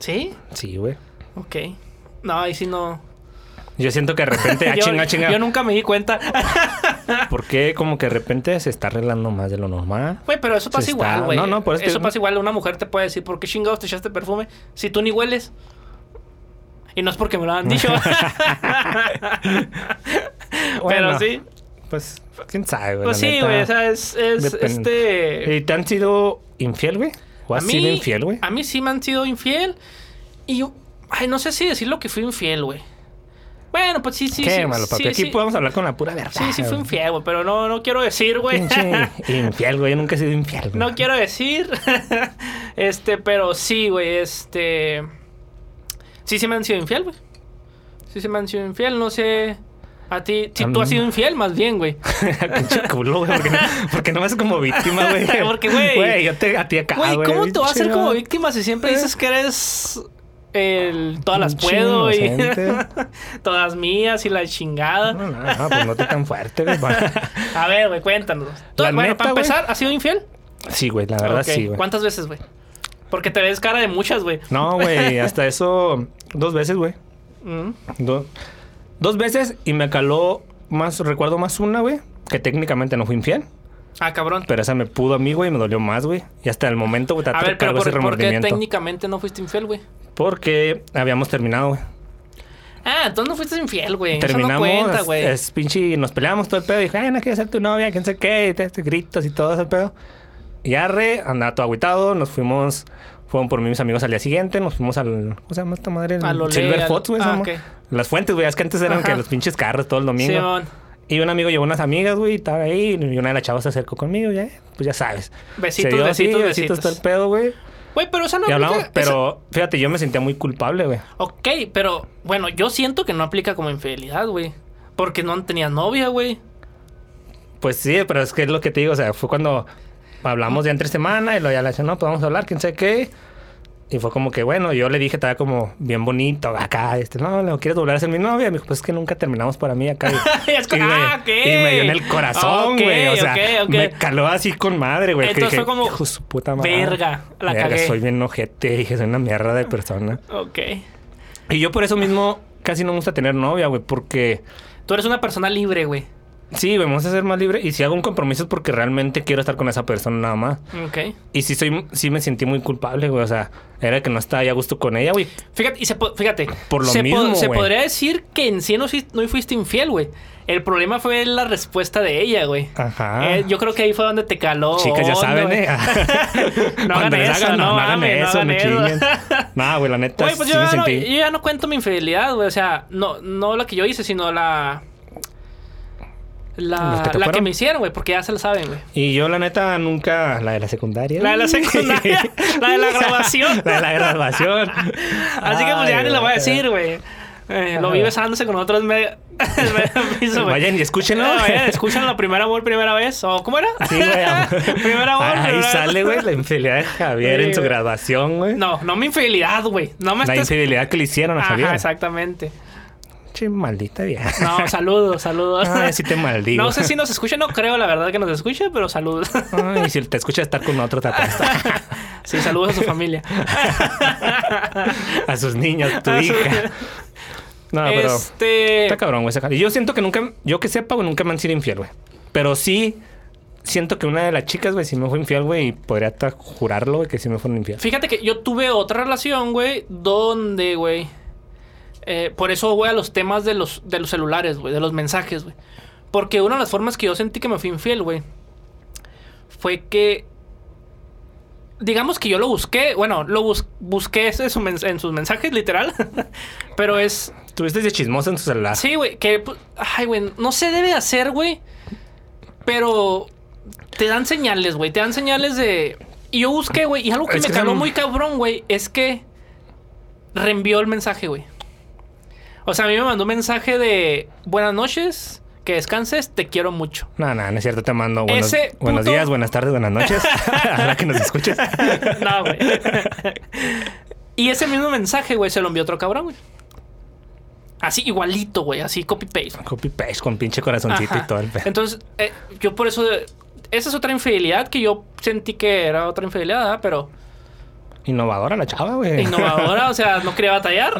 ¿Sí?
Sí, güey.
Ok. No, ahí sí no...
Yo siento que de repente, ah,
yo,
chinga, chinga.
yo nunca me di cuenta.
¿Por qué como que de repente se está arreglando más de lo normal?
Güey, pero eso pasa
Se
igual,
está-
güey.
no, no, por eso te
Eso
digo-
pasa igual. Una mujer te puede decir, ¿por qué chingados te echaste perfume si tú ni hueles? Y no es porque me lo han dicho. pero
Bueno,
sí.
Pues, quién sabe, güey.
Pues
la
sí,
neta.
güey. O sea, es, es
Depende.
este...
¿Y te han sido infiel, güey? ¿O
A
has sido infiel, güey?
A mí sí me han sido infiel. Y yo... Ay, no sé si decir lo que fui infiel, güey. Bueno, pues sí, sí,
Qué
sí.
malo, papi.
sí,
Aquí
sí.
podemos hablar con la pura verdad.
Sí, sí fui
güey.
infiel, güey, pero no, no quiero decir, güey.
Pinche infiel, güey. Yo nunca he sido infiel. güey.
No quiero decir. este, pero sí, güey. Este. Sí se me han sido infiel, güey. Sí se me han sido infiel, no sé. A ti, si
A
tú
mí-
has sido infiel, más bien, güey.
Pinche culo, güey. Porque, porque no me haces como víctima, güey.
Porque, güey.
Güey, yo te, a ti acá,
Güey, ¿cómo te vas a hacer
Pinche
como víctima si siempre dices que eres el todas las puedo y
inocente.
todas mías y la chingada?
No, no, no, pues no te tan fuerte, güey.
A ver, güey, cuéntanos. Tú,
La
bueno,
neta,
para
güey.
empezar, ¿has sido infiel?
Sí, güey, la verdad
Ok,
sí, güey.
¿Cuántas veces, güey? Porque te ves cara de muchas, güey.
No, güey, hasta eso dos veces, güey.
Mm.
Do- dos veces y me caló más, recuerdo más una, güey, que técnicamente no fui infiel,
Ah, cabrón.
pero esa me pudo a mí, güey, y me dolió más, güey. Y hasta el momento, güey,
A
trato
ver,
de
pero
cargo ese
por, ¿por qué
remordimiento.
técnicamente no fuiste infiel, güey?
Porque habíamos terminado, güey.
Ah, entonces no fuiste infiel, güey. Eso no
Terminamos,
cuenta,
es-
güey.
es pinche, y nos peleamos todo el pedo. Y dije, ay, no quiero ser tu novia, quién sé qué, y te, te gritos y todo ese pedo. Y arre, andaba todo agüitado, nos fuimos, fueron por mí mis amigos al día siguente, nos fuimos al, ¿cómo se llama esta madre? El
Al Olé,
Silver
al-
Fox, güey. esa
ah,
ma-
ok.
Las fuentes, güey, es que antes eran
Ajá.
que los pinches carros todo el domingo.
Simón,
Y un amigo llevó unas amigas, güey, y estaba ahí. Y una de las chavas se acercó conmigo, ya, pues ya sabes.
Besitos,
Se dio así,
besitos, besitos.
todo el pedo, güey.
Güey, pero esa no
Y
aplica-
hablamos,
esa-
pero fíjate, yo me sentía muy culpable, güey.
Ok, pero bueno, yo siento que no aplica como infidelidad, güey. Porque no tenías novia, güey.
Pues sí, pero es que es lo que te digo, o sea, fue cuando hablamos ya entre semana y lo ya le dije, no, pues vamos a hablar, quién sabe qué. Y fue como que, bueno, yo le dije, estaba como bien bonito acá, este, no, no quieres doblar a ser mi novia. Y me dijo, pues es que nunca terminamos para mí acá. Y,
Es como,
y me,
ah, ok.
y me dio en el corazón,
Ok,
güey. o sea,
ok, ok.
me caló así con madre, güey. que
Entonces
dije,
fue como,
hijo de su puta madre.
"Verga, la
Verga,
cagué".
soy bien ojete, dije, soy una mierda de persona.
Ok.
Y yo por eso mismo casi no me gusta tener novia, güey, porque...
Tú eres una persona libre, güey.
Sí, güey, me gusta ser más libre. Y si hago un compromiso es porque realmente quiero estar con esa persona nada más.
Ok.
Y sí, soy, sí me sentí muy culpable, güey. O sea, era que no estaba ya a gusto con ella, güey.
Fíjate, y se po- fíjate.
Por lo
se
mismo,
se
güey.
podría decir que en sí no, fuis- no fuiste infiel, güey. El problema fue la respuesta de ella, güey.
Ajá.
Eh, yo creo que ahí fue donde te caló.
Chicas, ya
hondo,
saben,
güey.
¿eh?
no Oh, hagan
Cuando les
eso,
hagan,
no,
hagan
mames, no
eso,
hagan
no chinguen.
eso.
Nah, güey, la neta,
Güey, pues
sí
yo,
me
ya no,
sentí...
yo ya no cuento mi infidelidad, güey. O sea, no, no la que yo hice, sino la.
¿Los
La,
que te
la que
fueron?
me hicieron, güey, porque ya se lo saben, güey.
Y yo, la neta, nunca... La de la secundaria.
La de la secundaria, la de la graduación.
la de la graduación.
Así que pues ya
Ay,
ni lo voy a
güey.
decir, güey. Eh, lo vi
Ajá.
besándose con otros medio, en medio piso, güey.
Vayan y escúchenlo.
No, vayan, escuchan la primera amor, primera vez. ¿O cómo era?
Sí, güey. Ah,
primera amor, primera
Ahí
vez.
sale, güey, la infidelidad de Javier
Sí,
en su
güey.
graduación, güey.
No, no mi infidelidad, güey. No me
La
estés...
infidelidad que le hicieron a Javier.
Ajá, exactamente.
Che, maldita vieja.
No, saludos, saludos.
Ay, sí te maldigo.
No sé si nos escucha, no creo la verdad que nos escuche, pero saludos.
Ay, si te escucha estar con otro te aplasta.
Sí, saludos a su familia.
A sus niños, tu
A su-
hija. No, Ah, pero...
este.
Está cabrón, güey. esa- Y yo siento que nunca... Yo que sepa, güey, nunca me han sido infiel, güey. Pero sí... Siento que una de las chicas, güey, sí me fue infiel, güey. Y podría hasta jurarlo, güey, que sí me fueron infiel.
Fíjate que yo tuve otra relación, güey, donde, güey. eh, por eso voy a los temas de los, de los celulares, güey, de los mensajes, güey. Porque una de las formas que yo sentí que me fui infiel, güey, fue que. Digamos que yo lo busqué, bueno, lo bus- busqué ese en su mens- en sus mensajes, literal. pero es,
Tuviste de chismosa en su celular.
Sí, güey, que... pu- Ay, güey, no se debe de hacer, güey. Pero te dan señales, güey. Te dan señales de... Y yo busqué, güey. Y algo que
Es
me
que
caló
son-
muy cabrón, güey, es que reenvió el mensaje, güey. O sea, a mí me mandó un mensaje de... Buenas noches, que descanses, te quiero mucho.
No, no, no es cierto. Te mando buenos,
Ese
buenos
puto-
días, buenas tardes, buenas noches. a la que nos escuches.
no, güey. y ese mismo mensaje, güey, se lo envió otro cabrón, güey. Así igualito, güey, así copy-paste.
Copy paste con pinche corazoncito
Ajá.
y todo el pedo.
Entonces, eh, yo por eso. eh, Esa es otra infidelidad que yo sentí que era otra infidelidad, ¿verdad? pero
Innovadora la chava, güey.
innovadora, o sea, no quería batallar.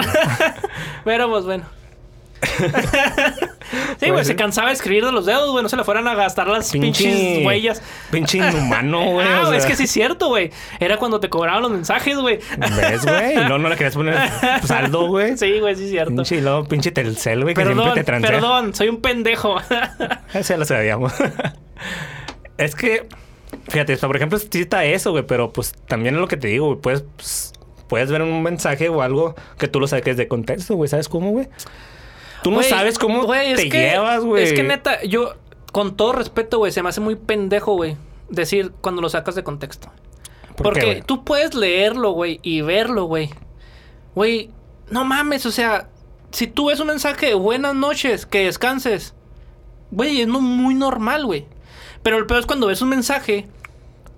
pero pues bueno. sí, güey,
Pues,
se
sí.
cansaba de escribir de los dedos, güey, no se le fueran a gastar las pinches huellas.
Pinche inhumano, güey.
ah,
o
güey, es
sea.
que sí es cierto, güey. Era cuando te cobraban los mensajes, güey.
¿Ves, güey? No, no le querías poner saldo, güey.
sí, güey, sí es cierto.
Pinche, y luego pinche Telcel, güey, que
Perdón,
siempre te transea.
perdón, soy un pendejo.
Eso ya lo sabíamos. es que, fíjate, o sea, por ejemplo, sí está eso, güey, pero pues también es lo que te digo, güey. Puedes, pues, puedes ver un mensaje o algo que tú lo saques de contexto, güey. ¿Sabes cómo, güey? Tú no
Güey,
sabes cómo
güey, es
te
que-
llevas, güey.
Es que neta, yo, con todo respeto, güey, se me hace muy pendejo, güey, decir cuando lo sacas de contexto.
¿Por qué,
Porque
güey?
tú puedes leerlo, güey, y verlo, güey. Güey, no mames, o sea, si tú ves un mensaje de buenas noches, que descanses, güey, es no- muy normal, güey. Pero el peor es cuando ves un mensaje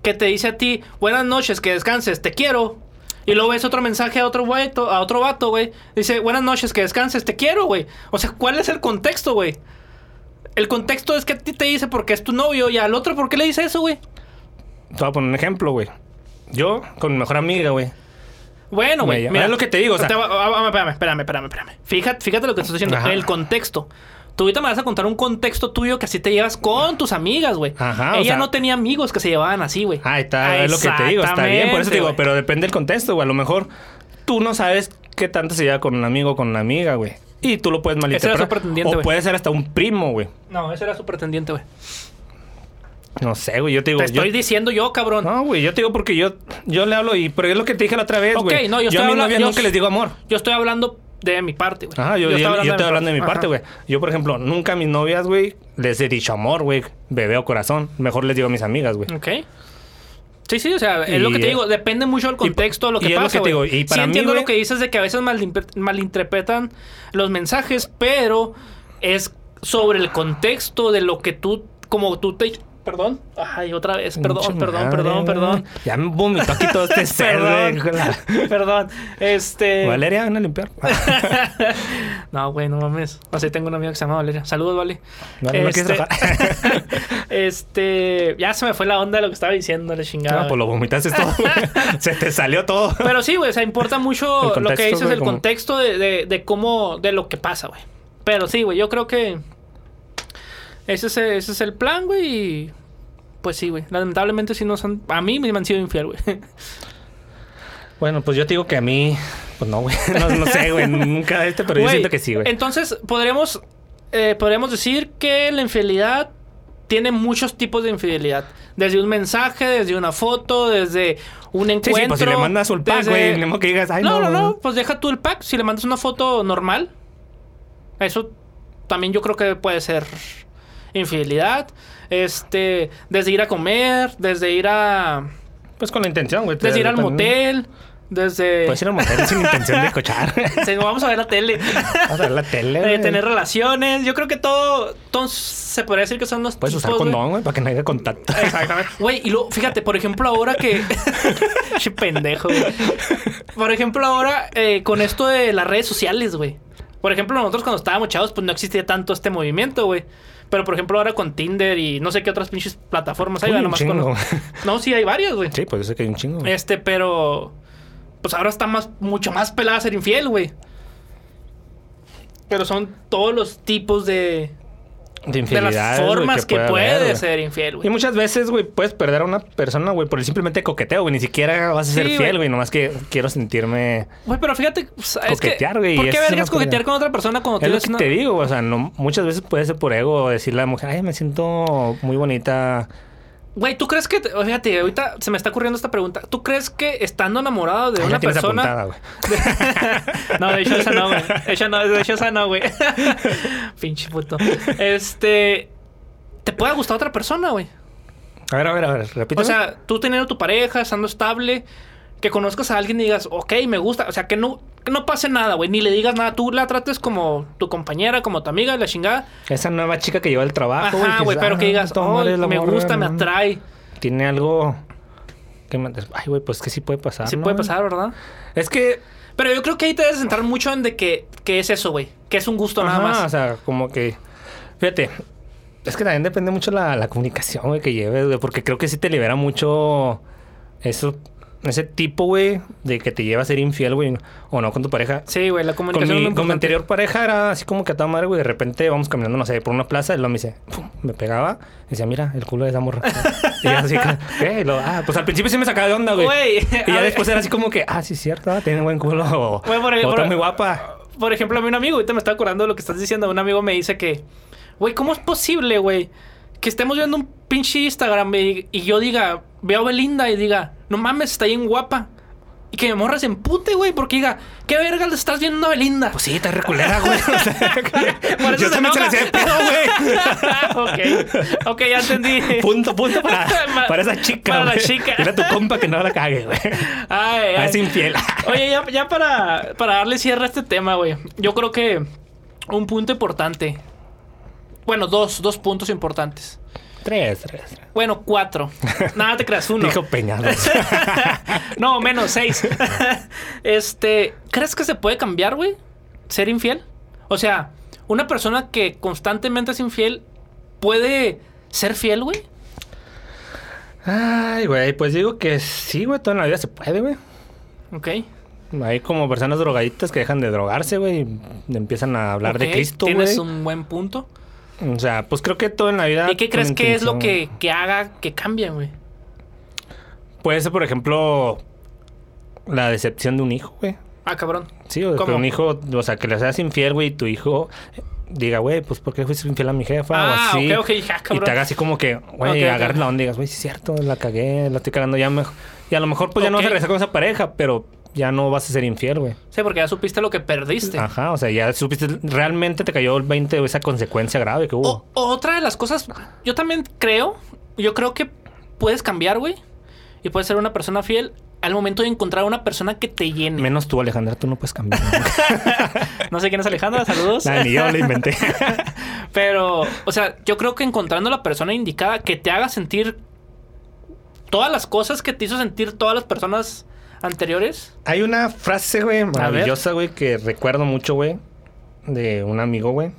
que te dice a ti, buenas noches, que descanses, te quiero. Y luego ves otro mensaje a otro vato, a otro vato, güey. Dice, buenas noches, que descanses, te quiero, güey. O sea, ¿cuál es el contexto, güey? El contexto es que a ti te dice porque es tu novio y al otro, ¿por qué le dice eso, güey?
Te voy a poner un ejemplo, güey. Yo, con mi mejor amiga, güey.
Bueno, güey.
Mira, es lo que te digo, o sea-
Te va- ah, ah, espérame, espérame, espérame, espérame. Fíjate, fíjate lo que te estoy diciendo.
Ajá.
El contexto. Tú ahorita me vas a contar un contexto tuyo que así te llevas con tus amigas, güey.
Ajá, o
Ella
sea-
no tenía amigos que se llevaban así, güey.
Ah, está, es lo que te digo, está bien. Por eso te digo,
Exactamente,
pero depende del contexto, güey. A lo mejor tú no sabes qué tanto se lleva con un amigo o con una amiga, güey. Y tú lo puedes
Ese
malinterpretar.
era su pretendiente,
o
güey.
puede ser hasta un primo, güey.
güey. No, ese era su pretendiente, güey.
No sé, güey. Yo te digo.
Te
yo-
estoy diciendo yo, cabrón.
No, güey. Yo te digo porque yo, yo le hablo y. Pero es lo que te dije la otra vez,
Ok,
güey.
no, yo estoy
a mi
habla-
novia
yo-
nunca les digo amor.
Yo estoy hablando de mi parte, güey.
Ajá, yo, yo,
estoy
yo estoy hablando de mi
Ajá.
parte, güey. Yo, por ejemplo, nunca a mis novias, güey, les he dicho amor, güey. Bebé o corazón. Mejor les digo a mis amigas, güey.
Ok. Sí, sí, o sea, es lo que
Y-
te digo, depende mucho del contexto, de lo que
y es lo
pasa.
que te
güey.
digo, y para
sí
mí,
entiendo
güey-
lo que dices de que a veces malinter- malinterpretan los mensajes, pero es sobre el contexto de lo que tú, como tú te... Perdón. Ay, otra vez, perdón,
Mucha
perdón,
madre,
perdón,
güey.
perdón.
Ya me vomitó aquí todo este ser, güey.
Perdón. Perdón. Este...
Valeria, ven a limpiar. Ah,
No, güey, no mames. O sea, tengo una amiga que se llama Valeria. Saludos, Vale.
Vale, no quieres
este, ya se me fue la onda de lo que estaba diciendo, la chingada.
No, pues
güey.
lo vomitaste todo. güey. Se te salió todo.
Pero sí, güey, o sea, importa mucho
El contexto,
lo que dices,
güey,
el
como-
contexto de, de- de cómo, de lo que pasa, güey. Pero sí, güey, yo creo que ese es, ese es el plan, güey, y pues sí, güey. Lamentablemente sí nos han, a mí me han sido infiel, güey.
Bueno, pues yo te digo que a mí. Pues no, güey. No, no sé, güey. Nunca este, pero yo
Güey,
siento que sí, güey.
Entonces, podremos, eh, podremos decir que la infidelidad tiene muchos tipos de infidelidad. Desde un mensaje, desde una foto, desde un
Sí,
encuentro.
sí, pues si le mandas un pack,
desde-
güey. Ni modo que digas, ay,
no,
no.
no, no, pues deja tú el pack. Si le mandas una foto normal, eso también yo creo que puede ser infidelidad. Este, desde ir a comer, desde ir a.
Pues con la intención, güey.
Desde ir al
También.
motel, desde.
Puedes ir al motel sin intención de cochar.
Sí, vamos a ver la tele.
Vamos a ver la tele.
Eh,
güey.
tener relaciones. Yo creo que todo. Entonces, se podría decir que son los.
Puedes usar
tipos, güey.
condón, pues, güey, para que no haya contacto.
Exactamente. Güey, y luego, fíjate, por ejemplo, ahora que. Che pendejo, güey. Por ejemplo, ahora eh, con esto de las redes sociales, güey. Por ejemplo, nosotros cuando estábamos chavos, pues no existía tanto este movimiento, güey. Pero por ejemplo, ahora con Tinder y no sé qué otras pinches plataformas hay,
Uy,
güey,
un
nomás con-
chingo.
No, sí, hay varias, güey.
Sí, pues yo sé que hay un chingo. güey.
Este, pero. Pues ahora está más, mucho más pelada ser infiel, güey. Pero son todos los tipos de.
De
De las
infidelidades. güey,
formas que,
puede
puede
haber, güey.
ser infiel,
Y
güey.
muchas veces, güey, puedes perder a una persona, güey, por el simplemente coqueteo, güey. Ni siquiera vas a
Sí,
ser
güey.
fiel, güey. Nomás que quiero sentirme.
Güey, pero fíjate, pues, es que.
Coquetear, güey,
¿Por
es
qué
una
vergas coquetear
pelea.
con otra persona cuando
Es lo
tienes
que
una.
te digo, o sea, no, muchas veces puede ser por ego decirle a la mujer, ay, me siento muy bonita.
Güey, ¿tú crees que. te- Fíjate, ahorita se me está ocurriendo esta pregunta. ¿Tú crees que estando enamorado de
Ahí
una
la Ah, tienes
persona.
apuntada, güey.
no, de hecho esa no, güey. Ella no, de hecho esa no, güey. Pinche puto. Este. ¿Te puede gustar otra persona, güey?
A ver, a ver, a ver, repíteme.
O sea, tú teniendo tu pareja, estando estable, que conozcas a alguien y digas, ok, me gusta. O sea, que no, que no pase nada, güey. Ni le digas nada. Tú la trates como tu compañera, como tu amiga, la chingada.
Esa nueva chica que lleva el trabajo.
Ajá, güey,
dices,
pero que
"Ah,
digas,
toda
oh,
madre, la
me
morra,
gusta, me
mm,
atrae.
Tiene algo que me... Ay, güey, pues que sí puede pasar.
Sí
¿no,
puede
güey?
pasar, ¿verdad?
Es que
Pero yo creo que ahí te debes centrar mucho en de que, que es eso, güey. Que es un gusto nada
Ajá,
más.
O sea, como que. Fíjate, es que también depende mucho la, la comunicación güey, que lleves, güey, porque creo que sí te libera mucho eso, ese tipo, güey, de que te lleva a ser infiel, güey, o no con tu pareja.
sí, güey, la
Con
comunicación es lo
mi, con mi
importante.
anterior pareja era así como que a toda madre, güey. De repente vamos caminando, no sé, por una plaza. Y luego me dice, pum, me pegaba. Y decía, mira, el culo de esa morra. y yo así, como, ¿qué? Y luego, ah, pues al principio sí me sacaba de onda, güey.
Güey, a
Y ya
ver.
después era así como que, ah, sí, es cierto, ah, tiene buen culo. O,
Güey, por-
o
por-
está muy guapa.
Por ejemplo, a mí un amigo, ahorita me estaba acordando de lo que estás diciendo. Un amigo me dice que, güey, ¿cómo es posible, güey? Que estemos viendo un pinche Instagram y, y yo diga, veo a Belinda y diga, no mames, está bien guapa. Y que me morras en pute, güey, porque diga, ¿qué verga le estás viendo a Belinda?
Pues sí, está reculera, güey. O sea,
Por eso
yo
se
también se
enoja.
la hacía de pedo,
ok, ok, ya entendí.
güey. Punto, punto para,
Ma-
para esa chica.
para la
güey.
chica.
Dile a tu compa que no la cague, güey.
Ay,
Es
ay.
infiel.
Oye, ya, ya para, para darle cierre a este tema, güey. Yo creo que un punto importante. Bueno, dos, dos puntos importantes.
Tres, tres, tres.
Bueno, cuatro. Nada te creas, uno.
Dijo Peñados.
no, menos seis. este, ¿crees que se puede cambiar, güey? Ser infiel. O sea, una persona que constantemente es infiel puede ser fiel, güey.
Ay, güey, pues digo que sí, güey, toda la vida se puede, güey.
Ok.
Hay como personas drogaditas que dejan de drogarse, güey, y empiezan a hablar
Ok,
de Cristo,
Tienes
güey.
un buen punto.
O sea, pues creo que todo en la vida.
¿Y qué crees
con
que es lo que,
intención.
que haga que cambie, güey?
Puede ser, por ejemplo, la decepción de un hijo, güey.
Ah, cabrón.
Sí, o que
¿Cómo?
un hijo, o sea, que le seas infiel, güey, y tu hijo diga, güey, pues ¿por qué fuiste infiel a mi jefa?
Ah,
o así.
ok, ok, ya,
y
cabrón.
te haga así como que, güey,
Ok, ok.
agarra la onda y digas, güey, sí es cierto, la cagué, la estoy cagando ya mejor. Y a lo mejor, pues ya no
Ok.
vas a regresar con esa pareja, pero ya no vas a ser infiel, güey.
Sí, porque ya supiste lo que perdiste.
Ajá, o sea, ya supiste, realmente te cayó el 20 o esa consecuencia grave que hubo.
O- otra de las cosas, yo también creo, yo creo que puedes cambiar, güey. Y puedes ser una persona fiel al momento de encontrar una persona que te llene.
Menos tú, Alejandra, tú no puedes cambiar.
No sé quién es Alejandra, saludos.
Nada, ni yo lo inventé.
Pero, o sea, yo creo que encontrando la persona indicada que te haga sentir todas las cosas que te hizo sentir todas las personas anteriores.
Hay una frase, güey, maravillosa, güey, que recuerdo mucho, güey, de un amigo, güey.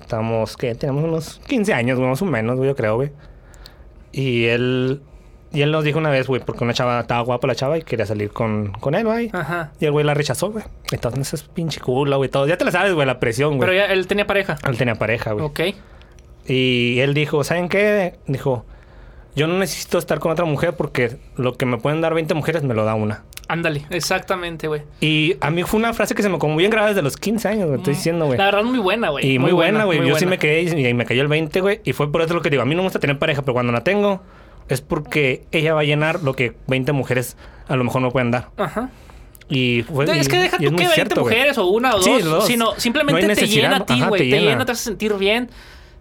Estamos, que Tenemos unos 15 años, güey, más o menos, güey, yo creo, güey. Y él, y él nos dijo una vez, güey, porque una chava estaba guapa la chava y quería salir con, con él, güey.
Ajá.
Y el güey la rechazó, güey. Entonces, pinche culo, güey, todo. Ya te la sabes, güey, la presión,
Pero
güey.
ya él tenía pareja.
Él tenía pareja, güey.
Ok.
Y él dijo, ¿saben qué? Dijo, yo no necesito estar con otra mujer porque lo que me pueden dar 20 mujeres me lo da una.
Ándale, exactamente, güey.
Y a mí fue una frase que se me como bien grave desde los 15 años, me estoy diciendo, güey.
La verdad, muy buena, güey.
Y muy, buena, güey. Yo
muy
sí
buena.
me quedé y, y me cayó el 20, güey. Y fue por eso lo que digo, a mí no me gusta tener pareja, pero cuando la tengo es porque ella va a llenar lo que 20 mujeres a lo mejor no pueden dar.
Ajá.
Y fue,
es que
Pues, y-
deja
y es
tú
muy
que 20
cierto, güey.
mujeres o una o dos,
Sí, dos.
sino simplemente
No hay
te llena a
necesidad,
ti,
ajá,
güey. Te,
te llena.
llena, te hace sentir bien,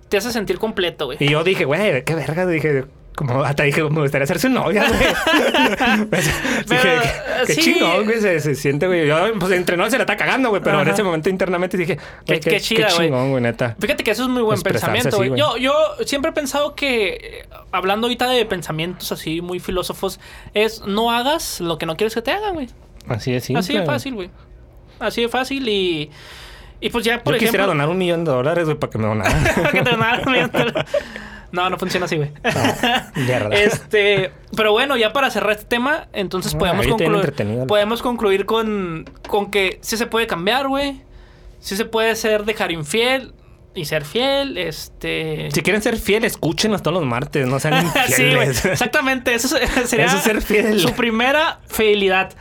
te hace sentir completo, güey.
Y yo dije, güey, qué verga. Dije, como hasta dije, me gustaría ser su novia, güey. Pues, dije,
eh,
qué
sí.
chingón, güey, se, se siente, güey. Yo, pues entre no se la está cagando, güey, pero
Ajá.
en ese momento internamente dije,
Qué-
güey,
qué chida, güey.
chingón, güey, neta.
Fíjate que eso es muy buen
Expresarse
pensamiento,
así,
güey. Yo, yo siempre he pensado que, eh, hablando ahorita de pensamientos así muy filósofos, es no hagas lo que no quieres que te hagan, güey.
Así de simple.
Así de
güey.
fácil, güey. Así de fácil y... Y pues ya,
Yo
por
quisiera
ejemplo...
donar un millón de dólares, güey, para que me donaran.
que te donaran un millón de dólares. No, no funciona así, güey.
Mierda.
Este, pero bueno, ya para cerrar este tema, entonces
Ah,
podemos
ahorita bien
concluir.
entretenido.
Podemos concluir con, con que sí se puede cambiar, güey. Sí se puede ser dejar infiel y ser fiel. Este.
Si quieren ser fieles, escúchenos todos los martes, no sean
Sí, güey,
infieles.
exactamente. Eso se- sería
Eso es ser fiel.
su primera fidelidad.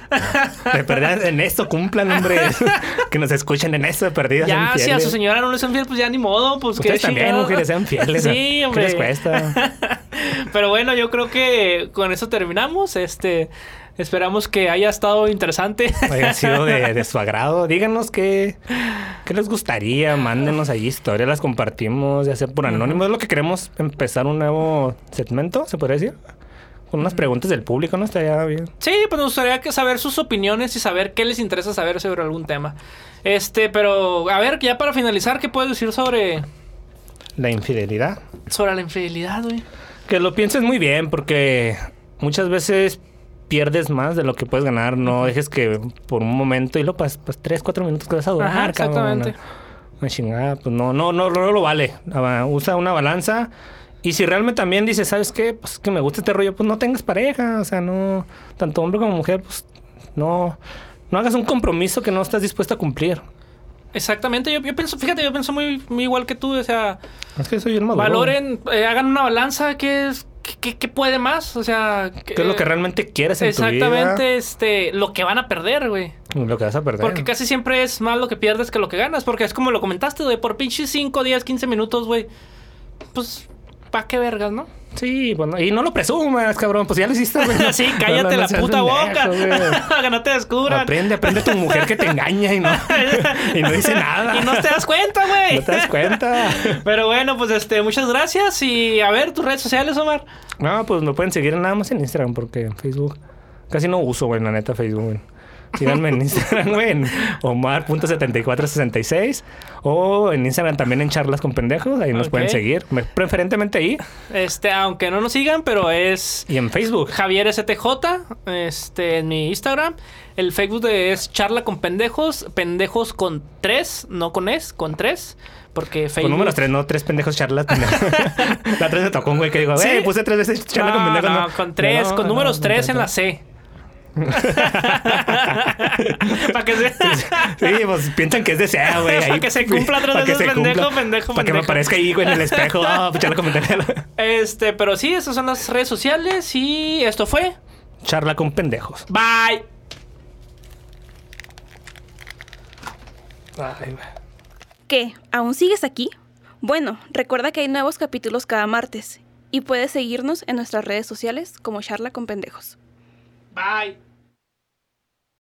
de perdida en esto, cumplan, hombre. que nos escuchen en esto de perdida. sean
ya, si a
fieles.
su señora no le son fiel, pues ya ni modo. Pues qué
Ustedes también,
chingado.
mujeres, sean fieles.
Sí, hombre.
¿Qué les cuesta?
Pero bueno, yo creo que con eso terminamos. Este, esperamos que haya estado interesante.
haya sido de, de su agrado. Díganos qué, qué les gustaría. Mándenos allí historias, las compartimos, ya sea por anónimo. Es lo que queremos empezar un nuevo segmento, se podría decir. Con unas preguntas del público, ¿no? Estaría bien.
Sí, pues nos gustaría que saber sus opiniones y saber qué les interesa saber sobre algún tema. Este, pero a ver, ya para finalizar, ¿qué puedes decir sobre,
La infidelidad.
sobre la infidelidad, güey?
Que lo pienses muy bien, porque muchas veces pierdes más de lo que puedes ganar. No dejes que por un momento y lo pasas pas, pues, tres, cuatro minutos que vas a durar.
Ajá, exactamente.
cabrón. Una chingada, pues no, no, no, no lo vale. Ah, Usa una balanza. Y si realmente también dices, ¿sabes qué? Pues que me gusta este rollo, pues no tengas pareja. O sea, no, tanto hombre como mujer, pues no, no hagas un compromiso que no estás dispuesto a cumplir.
Exactamente, yo, yo pienso, fíjate, yo pienso muy, muy igual que tú, o sea,
Es que soy el maduro.
valoren, eh, hagan una balanza, ¿qué es? ¿Qué, qué- qué puede más? O sea, eh,
¿Qué es lo que realmente quieres en tu vida?
Exactamente, este, lo que van a perder, güey.
Lo que vas a perder.
Porque casi siempre es más lo que pierdes que lo que ganas. Porque es como lo comentaste, güey. Por pinches 5, 10, 15 minutos, güey. Pues, ¿pa' qué vergas, no?
Sí, bueno, y no lo presumas, cabrón. Pues ya lo hiciste, güey.
Sí,
No,
cállate
no, no
la
seas
puta
pendejo,
boca.
güey.
que no te descubran.
Aprende, aprende a tu mujer que te engaña y no, y no dice nada.
Y no te das cuenta, güey.
No te das cuenta.
Pero bueno, pues este, muchas gracias. Y a ver, tus redes sociales, Omar.
No, pues me pueden seguir nada más en Instagram porque en Facebook casi no uso, güey, la neta, Facebook, güey. Síganme en Instagram, güey, en omar.7466 o en Instagram también en charlas con pendejos. Ahí nos
Ok.
pueden seguir, me- preferentemente ahí
Este, aunque no nos sigan, pero es
y en Facebook.
Javier STJ, este, en mi Instagram. El Facebook de- es Charla con Pendejos, Pendejos con tres, no con es, con tres. Porque Facebook.
Con números tres, no tres pendejos charlas. pendejo. la tres me tocó un güey que digo,
Sí.
eh, puse tres veces charla
no,
con pendejos.
no, con tres,
No,
con
no,
números
no,
tres en
no.
la C. Para que se.
Sí, pues piensan que es deseo, güey.
Para
ahí,
que se cumpla tres
para que
veces,
se cumpla,
pendejo, pendejo,
Para que me
pendejo.
aparezca ahí, güey, en el espejo. Ah, pues, charla con pendejo.
Este, pero sí, esas son las redes sociales y esto fue.
Charla con pendejos.
Bye.
¿Qué? ¿Aún sigues aquí? Bueno, recuerda que hay nuevos capítulos cada martes y puedes seguirnos en nuestras redes sociales como Charla con Pendejos.
Bye.